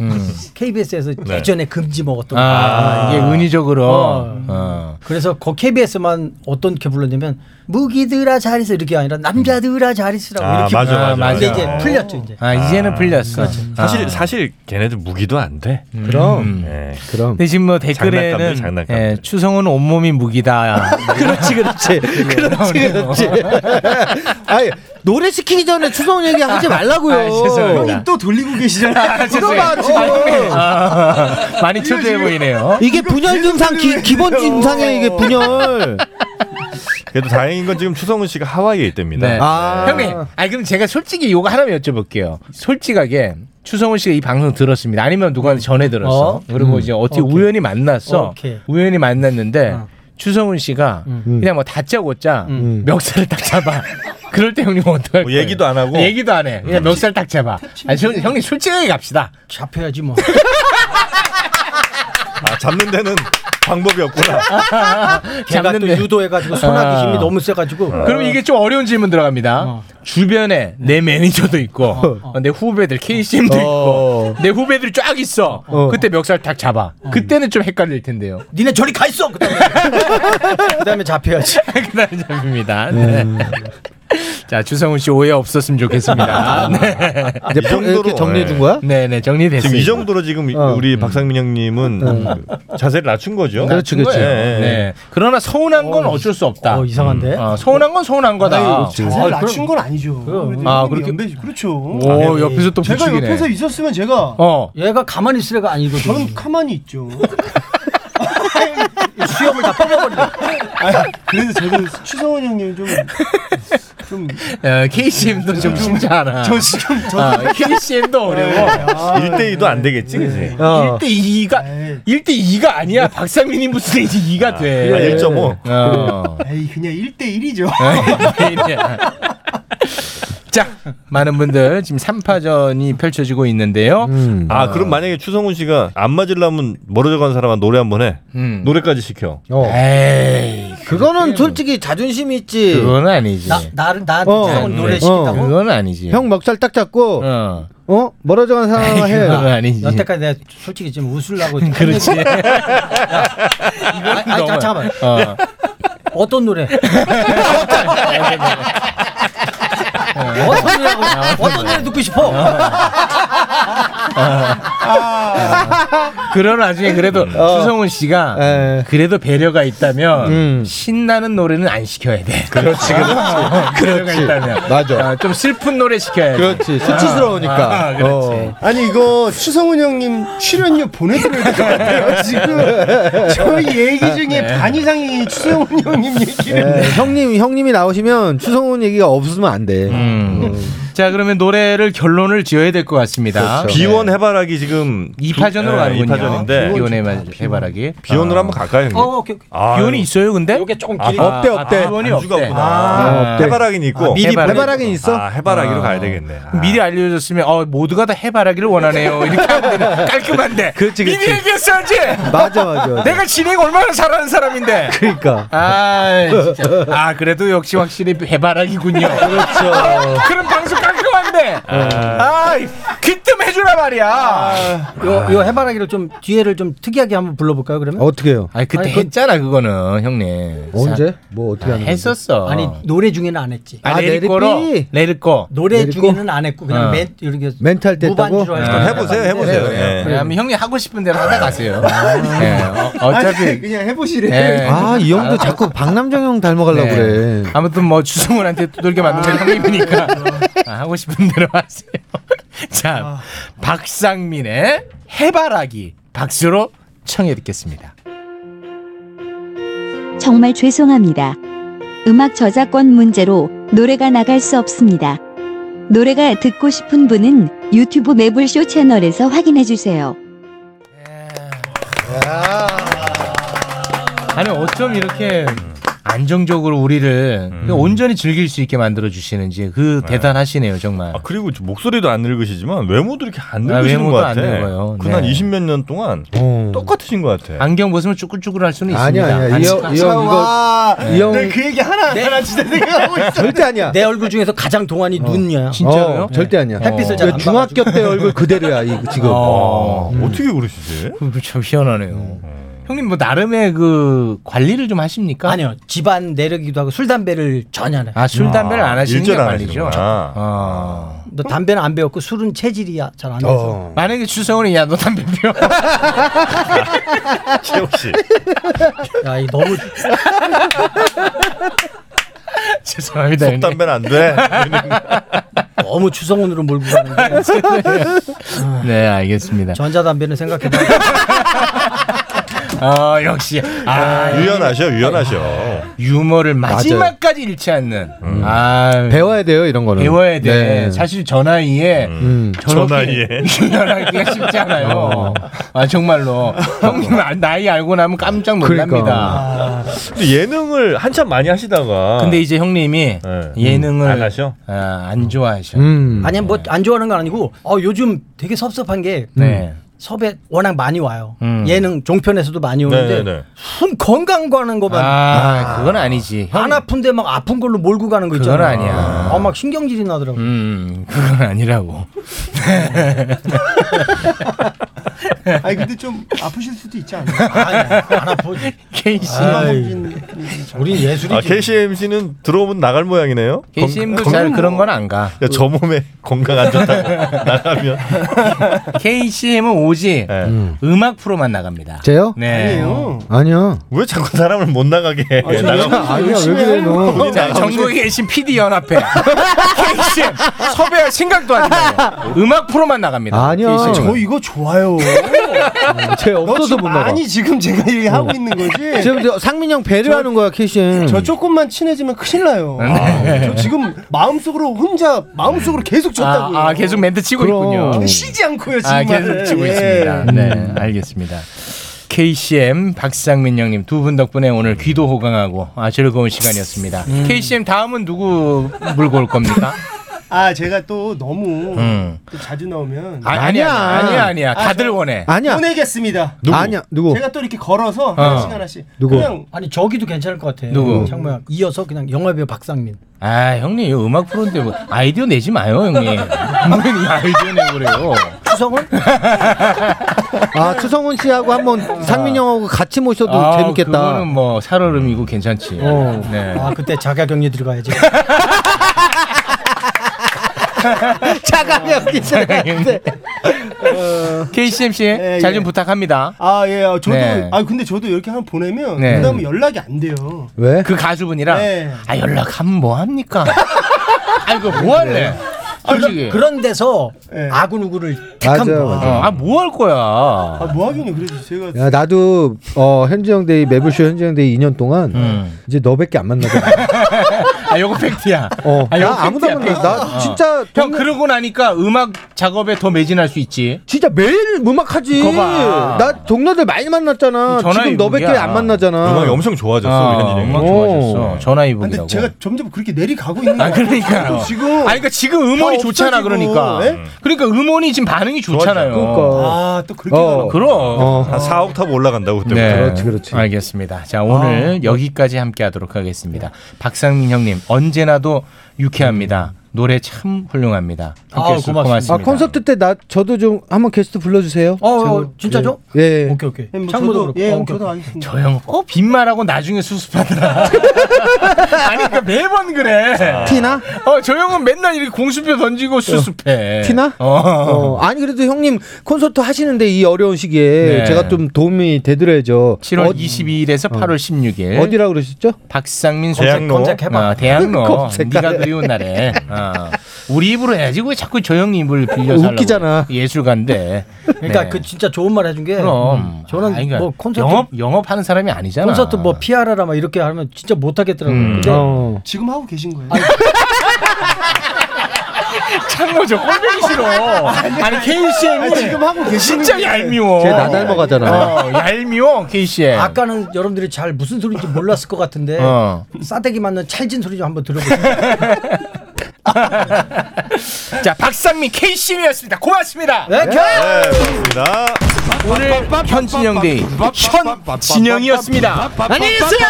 S12: KBS에서
S8: 네.
S12: 예전에 금지 먹었던 거.
S8: 아, 이게 은의적으로.
S12: 어.
S8: 어.
S12: 그래서 거 KBS만 어떤 게 불렀냐면 무기들아 잘 있어 이렇게 아니라 남자들아 잘 있으라고
S9: 아,
S12: 이렇게
S9: 맞아, 맞아,
S12: 근데
S9: 맞아.
S12: 이제 풀렸죠 이제.
S8: 아 이제는 풀렸어.
S11: 그렇죠.
S9: 사실
S8: 아.
S9: 사실 걔네들 무기도 안 돼.
S12: 음.
S8: 그럼.
S9: 예.
S10: 그럼.
S8: 근데 지금 뭐 댓글에는
S9: 장난감들, 장난감들.
S8: 예, 추성은 온몸이 무기다.
S10: *laughs* 그렇지 그렇지 그렇지 그렇지. *laughs* 아니 노래 시키기 전에 추성 얘기 하지 말라고요.
S8: 아, 죄송합니다. 형님
S10: 또 돌리고
S8: 아,
S10: 계시잖아요.
S8: 죄송해요.
S10: 들어봐
S8: 아, *laughs*
S10: 지금.
S8: 아, 많이 초조해 보이네요.
S10: 이게 분열 증상 기, 기본 증상이에요 이게 분열.
S9: 그래도 다행인 건 지금 추성훈 씨가 하와이에 있답니다.
S12: 아.
S9: 아,
S8: 네. 형님, 아니 그럼 제가 솔직히 요거 하나만 여쭤볼게요. 솔직하게 추성훈 씨가 이 방송 들었습니다. 아니면 누구한테 전해 들었어.
S12: 어?
S8: 그리고
S12: 음.
S8: 이제 어떻게
S12: 오케이.
S8: 우연히 만났어.
S12: 오케이. 어. 음.
S8: 우연히 만났는데 추성훈 씨가 그냥 뭐 다짜고짜 멱살을 딱
S12: *laughs*
S8: 잡아. 그럴 때 형님 어떡할 거예요? 얘기도
S9: 안 하고?
S8: 얘기도 안 해.
S12: 음.
S8: 그냥 멱살 딱 잡아. 아, 저- 형님 솔직하게 갑시다.
S12: 잡혀야지 뭐.
S9: 아, 잡는 데는 방법이 없구나.
S12: 걔가 또 유도해가지고 손아귀 힘이
S8: 아.
S12: 너무 세가지고.
S8: 그럼 이게 좀 어려운 질문 들어갑니다. 주변에 내 매니저도 있고, 어, 내 후배들 KCM도
S12: 어.
S8: 있고, 내 후배들이 쫙 있어. 그때 멱살 딱 잡아.
S11: 어.
S8: 그때는 좀 헷갈릴 텐데요.
S12: 니네 저리 가 있어.
S8: *laughs*
S12: 그다음에, 그다음에 잡혀야지.
S8: 그다음에 잡힙니다. 네. 자 주성훈 씨 오해 없었으면
S12: 아.
S8: 좋겠습니다. 네.
S9: 이제 이 정도로, 이렇게 정리해 준 거야?
S8: 네네 정리됐어요.
S9: 지금 이 정도로 지금 우리 박상민 형님은 음. 자세를 낮춘 거죠. 예,
S8: 그렇죠, 그렇죠. 네. 음. 아, 그러나 서운한 건 어쩔 수 없다. 이상한데? 서운한 건 서운한 거다.
S11: 아, 자세를 낮춘 건 아니죠. 그래도
S8: 아,
S11: 형님
S8: 그렇죠. 그렇게-
S11: 연배지. 그렇죠.
S8: 오, 옆에서 또
S11: 제가
S8: 부추기네.
S11: 옆에서 있었으면 제가
S8: 어.
S12: 얘가 가만히 있으래가 아니거든.
S11: 저는 가만히 있죠.
S12: 수염을 다 뽑아버리네.
S11: 그래서 저는 추성훈 형님 좀
S8: KCM도 좀 쉽지 않아.
S11: 네. 저 지금 저 네.
S8: KCM도
S11: 아,
S8: 어려워. 어.
S9: 일대이도안 되겠지, 그지?
S8: 아,
S11: 네.
S8: 1대2가 1대2가 아니야. 박상민이 무슨 1대2가 돼.
S9: 아, 1.5.
S8: 어. 아,
S11: 에이 그냥 1대 1이죠.
S8: 자, 많은 분들 지금 3파전이 펼쳐지고 있는데요.
S10: 음.
S9: 아, 그럼 만약에 추성훈 씨가 안 맞으려면 멀어져 간 사람한 노래 한 번 해.
S8: 음.
S9: 노래까지 시켜.
S8: 에이.
S10: 어. 그거는 솔직히 자존심 이 있지.
S8: 그건 아니지.
S10: 나-
S12: 나를 나한테
S10: 어.
S8: 네.
S12: 추성훈 노래
S10: 어.
S12: 시킨다고?
S8: 그건 아니지.
S10: 형 먹살 딱 잡고
S8: 어,
S10: 멀어져 간 상황을 해.
S12: 여태까지 내가 솔직히 지금 웃으려고.
S10: 그렇지.
S12: 야, 아, 아,
S10: 너무-
S12: 잠깐만.
S8: 어.
S12: 어떤 노래? 어떤 노래라고? 어떤 노래 듣고 싶어?
S8: 그런 와중에 그래도
S2: 음. 어.
S8: 추성훈 씨가
S2: 예.
S8: 그래도 배려가 있다면 신나는 노래는 안 시켜야 돼.
S2: 음. 그렇지, 그렇지.
S8: *laughs* 배려가
S2: 그렇지.
S8: 있다면.
S2: 맞아.
S8: 아, 좀 슬픈 노래 시켜야 돼.
S2: 그렇지, 수치스러우니까. 어.
S8: 아, 그렇지.
S9: 어.
S11: 아니 이거 추성훈 형님 출연료 보내드려야 될 것 같아요. 지금 저희 얘기 중에
S10: 네.
S11: 반 이상이 추성훈 형님 얘기를
S10: 예, 형님 형님이 나오시면 추성훈 얘기가 없으면 안 돼.
S8: 자 그러면 노래를 결론을 지어야 될 것 같습니다.
S9: 그렇죠. 비원 해바라기 지금
S8: 네. 2파전으로
S9: 비- 예,
S8: 가는군요.
S9: 이파전인데.
S8: 비원 해바- 해바라기.
S9: 비원으로 한번 갈까요, 형님?
S8: 어, 오케이, 오케이. 비원이 있어요, 근데? 이게 조금
S9: 아, 없대, 없대.
S8: 비원이
S9: 안주가
S8: 없대.
S9: 없구나. 아, 해바라기는 있고. 해바라기. 아, 해바라기로 가야 되겠네.
S8: 미리 알려줬으면 어, 모두가 다 해바라기를 원하네요. 이렇게 하면 되나? *laughs* 깔끔한데.
S9: 그렇지, 그렇지.
S8: 미리 얘기했어야지.
S10: 맞아, 맞아, 맞아.
S8: 내가 진행 얼마나 잘하는 사람인데.
S10: 그러니까.
S8: 아, 진짜. *laughs* 아 그래도 역시 확실히 해바라기군요. *laughs*
S2: 그렇죠.
S8: 아, 그럼 방송 깔끔한데. 아, 귀뜸 해주라 말이야.
S12: 요, 요 해바라기를 좀 뒤에를 좀 특이하게 한번 불러볼까요 그러면?
S10: 어떻게요?
S8: 아니 그때
S12: 아니, 그-
S8: 했잖아 그거는 형님.
S12: 언제?
S10: 뭐 어떻게
S8: 하는 했었어.
S12: 아니 노래 중에는 안 했지.
S8: 아, 레리꼬로 레리꼬
S12: 노래
S8: 레리꼬?
S12: 중에는 안 했고 그냥
S8: 어.
S12: 맨 이렇게
S10: 멘트 할때
S12: 무반주로 했다고?
S8: 아,
S12: 해보세요, 해보세요.
S8: 그래요,
S12: 예.
S9: 네.
S8: 그래요. 아니, 네. 형님 하고 싶은 대로 하다 가세요. 예, 어,
S11: 아니,
S8: 어차피
S11: 그냥 해보시래.
S10: 아 이 형도 자꾸 박남정 형 닮아가려고
S8: 네.
S10: 그래.
S8: 아무튼 뭐 주승훈한테 두들겨 맞는 건 형님이니까 아, 하고 싶은 대로 하세요.
S12: 아.
S8: *laughs* 자, 박상민의 해바라기 박수로 청해 듣겠습니다.
S13: 정말 죄송합니다. 음악 저작권 문제로 노래가 나갈 수 없습니다. 노래가 듣고 싶은 분은 유튜브 매불쇼 채널에서 확인해 주세요.
S8: 아니 어쩜 이렇게 안정적으로 우리를
S10: 음.
S8: 그 온전히 즐길 수 있게 만들어 주시는지 그 대단하시네요 정말.
S9: 아, 그리고 저 목소리도 안 늙으시지만 외모도 이렇게 안
S8: 아,
S9: 늙으시는
S8: 외모도
S9: 것 같아.
S8: 안 늙어요.
S9: 그난
S8: 네. 어.
S9: 20 몇 년 동안 똑같으신 것 같아.
S8: 안경 벗으면 쭈글쭈글 할 수는
S9: 아니야,
S8: 있습니다. 네,
S9: 아니야. 이 형- 이 형, 이거-
S11: 아,
S9: 이 형-
S11: 내가 그 얘기 하나 하나 진짜 생각하고 있어.
S10: 절대 아니야.
S12: 내 얼굴 중에서 가장 동안이 눈이야.
S10: 진짜로요? 어, 절대 아니야.
S12: 햇빛을
S10: 어.
S12: 잘안
S10: 중학교 때 얼굴 그대로야 이 지금.
S8: 네. 어.
S9: 어떻게 그러시지?
S8: 참 희한하네요. 형님 뭐 나름의 그 관리를 좀 하십니까?
S12: 아니요. 집안 내려기도 하고 술 담배를 전혀 안 해.
S8: 아, 술, 담배를 안 하시는 게 관리죠.
S12: 너뭐 담배는 안 배웠고 술은 체질이야. 잘 안
S8: 어.
S12: 해서.
S8: 만약에 주성훈이 야너 담배 피워. 아.
S9: 최욱 씨.
S12: 야, 이 너무
S8: *laughs* 죄송합니다.
S11: 네.
S9: 속 담배는 안 돼.
S12: 너무 추성훈으로 몰고 가는데.
S8: 네, 알겠습니다.
S12: 전자담배는 생각해 봐.
S8: 아 역시 아,
S9: 아, 유연하셔, 유연하셔.
S8: 유머를 마지막까지 잃지 않는 아,
S10: 배워야 돼요 이런 거는.
S8: 배워야 돼.
S10: 네. 음.
S8: 사실 저 나이에 음. 저렇게 *laughs* 유연하기가 쉽지 않아요. 아 정말로 형님 아, 나이 알고 나면 깜짝
S10: 그러니까.
S8: 놀랍니다.
S9: 근데 예능을 한참 많이 하시다가
S8: 근데 이제 형님이 예능을 안, 아, 안 좋아하셔.
S11: 음.
S12: 아니 뭐 안 좋아하는 건 아니고 어, 요즘 되게 섭섭한 게
S8: 네.
S11: 음.
S12: 섭외 워낙 많이 와요.
S8: 음.
S12: 예능 종편에서도 많이 오는데
S8: 네, 네, 네.
S12: 순 건강 관한 거만
S8: 아, 그건 아니지.
S12: 안 아픈데 막 아픈 걸로 몰고 가는 거
S8: 그건
S12: 있잖아.
S8: 아니야.
S12: 아, 막 신경질이 나더라고.
S8: 음, 그건 아니라고. 네.
S11: 아니 근데 좀 아프실 수도 있지 않나요? 안
S12: 아프지.
S8: 케이씨.
S12: 우리 예술이지.
S9: 아, KCMC는 들어오면 나갈 모양이네요.
S8: KCM 도잘 그런 건 안 가.
S9: 야, 저 몸에 건강 안 좋다고 *laughs* 나가면
S8: KCM은 오지 음악 프로만 나갑니다.
S10: 제요?
S8: 네. 아니에요.
S10: 아니요.
S9: 왜 자꾸 사람을 못 나가게? 해?
S10: 아, 저
S9: 나가면
S10: 아니야, 왜 그래, 너.
S9: 본인
S8: 자,
S9: 나가면
S8: 전국에 계신 PD 연합회 KCM 섭외할 생각도 하지 마요. 음악 프로만 나갑니다.
S10: 아니요.
S8: KCM 은.
S11: 저 이거 좋아요.
S9: 음,
S10: 제
S11: 너
S10: 없어서
S11: 지금
S10: 못 나가.
S11: 많이 지금 제가 얘기하고 있는 거지.
S10: 지금 저 상민 형 배를
S11: 저-
S10: 하는 거야 캐신.
S11: 저 조금만 친해지면 큰일 나요.
S9: 아,
S10: 네.
S11: 저 지금 마음속으로 혼자 마음속으로 계속 줬다고요.
S8: 아, 아, 계속 멘트 치고
S11: 어.
S9: 아,
S8: 있군요.
S11: 쉬지 않고요 지금.
S8: 아, 계속 치고
S10: 예.
S8: 있습니다. 네, 알겠습니다. KCM 박상민 형님 두 분 덕분에 오늘 귀도 호강하고 아 즐거운 시간이었습니다. KCM 다음은 누구 물고 올 겁니까?
S11: 아 제가 또 너무
S8: 음.
S11: 또 자주 나오면
S8: 아, 아니야, 아니야, 아니야, 아니야. 다들
S11: 저
S8: 원해.
S10: 아니야.
S11: 보내겠습니다.
S10: 누구? 아니야, 누구?
S11: 제가 또 이렇게 걸어서
S8: 어.
S11: 하나씩 하나씩.
S10: 누구?
S11: 그냥
S12: 아니 저기도 괜찮을 것 같아.
S8: 누구?
S12: 장모야 이어서 그냥 영화배우 박상민.
S8: 아 형님 이거 음악 프로인데 뭐 아이디어 내지 마요 형님. *laughs* 무슨 아이디어 내고 그래요.
S12: 추성훈?
S10: *laughs* 아 추성훈 씨하고 한번 상민 형하고 같이 모셔도
S8: 아,
S10: 재밌겠다.
S8: 그거는 뭐 살얼음이고 괜찮지.
S12: 어.
S8: 네.
S12: 아 그때 자가격리
S8: *laughs*
S12: 들어가야지.
S10: 자가격리
S8: 들어가야지. KCM 씨,
S11: 예,
S8: 잘 좀
S11: 예.
S8: 부탁합니다.
S11: 아 예, 아, 저도
S8: 네.
S11: 아 근데 저도 이렇게 하나 보내면
S8: 네.
S11: 그다음에 연락이 안 돼요.
S10: 왜?
S8: 그 가수분이랑
S11: 네.
S8: 아 연락하면 뭐 합니까? 아이고 뭐 할래? 솔직히.
S12: 그런 데서
S11: 예.
S12: 아구누구를 택한
S10: 맞아요,
S12: 거.
S10: 맞아요.
S8: 아 뭐 할 거야? 아
S11: 뭐 하긴요. 그래도 제가
S10: 야 나도 어 현지 형데이 매블쇼 현지 형데이 2년 동안
S8: 음.
S10: 이제 너밖에 안 만나잖아.
S8: 아 요거 팩트야.
S10: 어.
S8: *laughs* 아,
S10: 나 아무도 안 만나. 나 진짜
S8: 어. 형 그러고 나니까 음악 작업에 더 매진할 수 있지.
S10: 진짜 매일 음악하지.
S8: 그거 봐.
S10: 나 동료들 많이 만났잖아.
S8: 전화
S10: 지금 너밖에
S8: 이북이야.
S10: 안 만나잖아.
S8: 음악이 엄청
S9: 좋아졌어,
S8: 아, 음악 좋아졌어. 전화위복이라고.
S11: 근데 제가 점점 그렇게 내리가고 있는
S8: 아
S11: 거예요.
S8: 그러니까.
S11: 저도 지금
S8: 아 그러니까 지금 음원이
S11: 다
S8: 좋잖아
S11: 없어지고,
S8: 그러니까.
S11: 예?
S8: 그러니까 음원이 지금 반응이 좋잖아요.
S9: 그러니까.
S11: 아, 또 그렇게 가나 보다.
S8: 어, 그럼. 네.
S9: 한 4옥탑 올라간다고 어. 그렇죠, 그때부터.
S8: 그렇지, 그렇지. 알겠습니다. 자, 오늘 여기까지 함께 하도록 하겠습니다. 박상민 형님, 언제나도 유쾌합니다. 노래 참 훌륭합니다. 함께 해주셔서 고맙습니다.
S10: 아 콘서트 때 나 저도 좀 한번 게스트 불러주세요.
S8: 어,
S10: 제가-
S8: 어, 진짜죠?
S10: 예. 예.
S12: 오케이 오케이.
S8: 창모도 그렇고. 어, 오케이,
S11: 저도
S8: 오케이.
S11: 알겠습니다.
S8: 저 형, 어, 빈말하고 나중에 수습하더라. *laughs* 아니, 그러니까 매번 그래.
S10: 티나?
S8: 어, 저 형은 맨날 이렇게 공수표 던지고 수습해.
S10: 티나?
S8: 어.
S10: 어, 아니 그래도 형님 콘서트 하시는데 이 어려운 시기에
S8: 네.
S10: 제가 좀 도움이 되드려야죠.
S8: 7월
S10: 어,
S8: 22일에서 8월 16일.
S10: 어디라 그러셨죠?
S8: 박상민 소재
S10: 대학로? 검색해봐.
S8: 어, 대학로.
S10: 검색하래.
S8: 네가 그리운 날에. 어. 우리 입으로 해야지 왜 자꾸 저 형 입을 빌려 살라고.
S12: 웃기잖아.
S8: 예술가인데.
S12: 그러니까
S8: 네.
S12: 그 진짜 좋은 말 해준 게
S8: 그럼.
S12: 저는
S8: 아니, 그러니까
S12: 뭐 콘서트
S8: 영업 영업하는 사람이 아니잖아.
S12: 콘서트 뭐 피아라라 막 이렇게 하면 진짜 못 하겠더라고요.
S8: 음.
S12: 근데
S10: 어.
S11: 지금 하고 계신 거예요.
S8: 참모 저 꼴보기 싫어. *laughs* 아니 KCM 이
S11: 아니, 지금 하고 계시는
S8: 진짜
S11: 게-
S8: 얄미워.
S10: 쟤나 닮아가잖아.
S8: 어, 얄미워 KCM.
S12: 아까는 여러분들이 잘 무슨 소리인지 몰랐을 것 같은데
S8: 어.
S12: 싸대기 맞는 찰진 소리 좀 한번 들어보세요.
S8: 자 박상민 KCM이었습니다. 고맙습니다.
S12: 네, 네,
S9: 고맙습니다.
S8: 오늘 현진영 대현 진영이었습니다. 안녕히 계세요.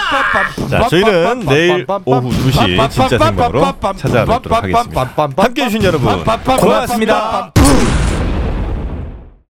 S9: 자, 저희는 내일 오후 2시 진짜 생방으로 찾아뵙도록 하겠습니다. 함께 해주신 여러분, 고맙습니다.
S8: 고맙습니다.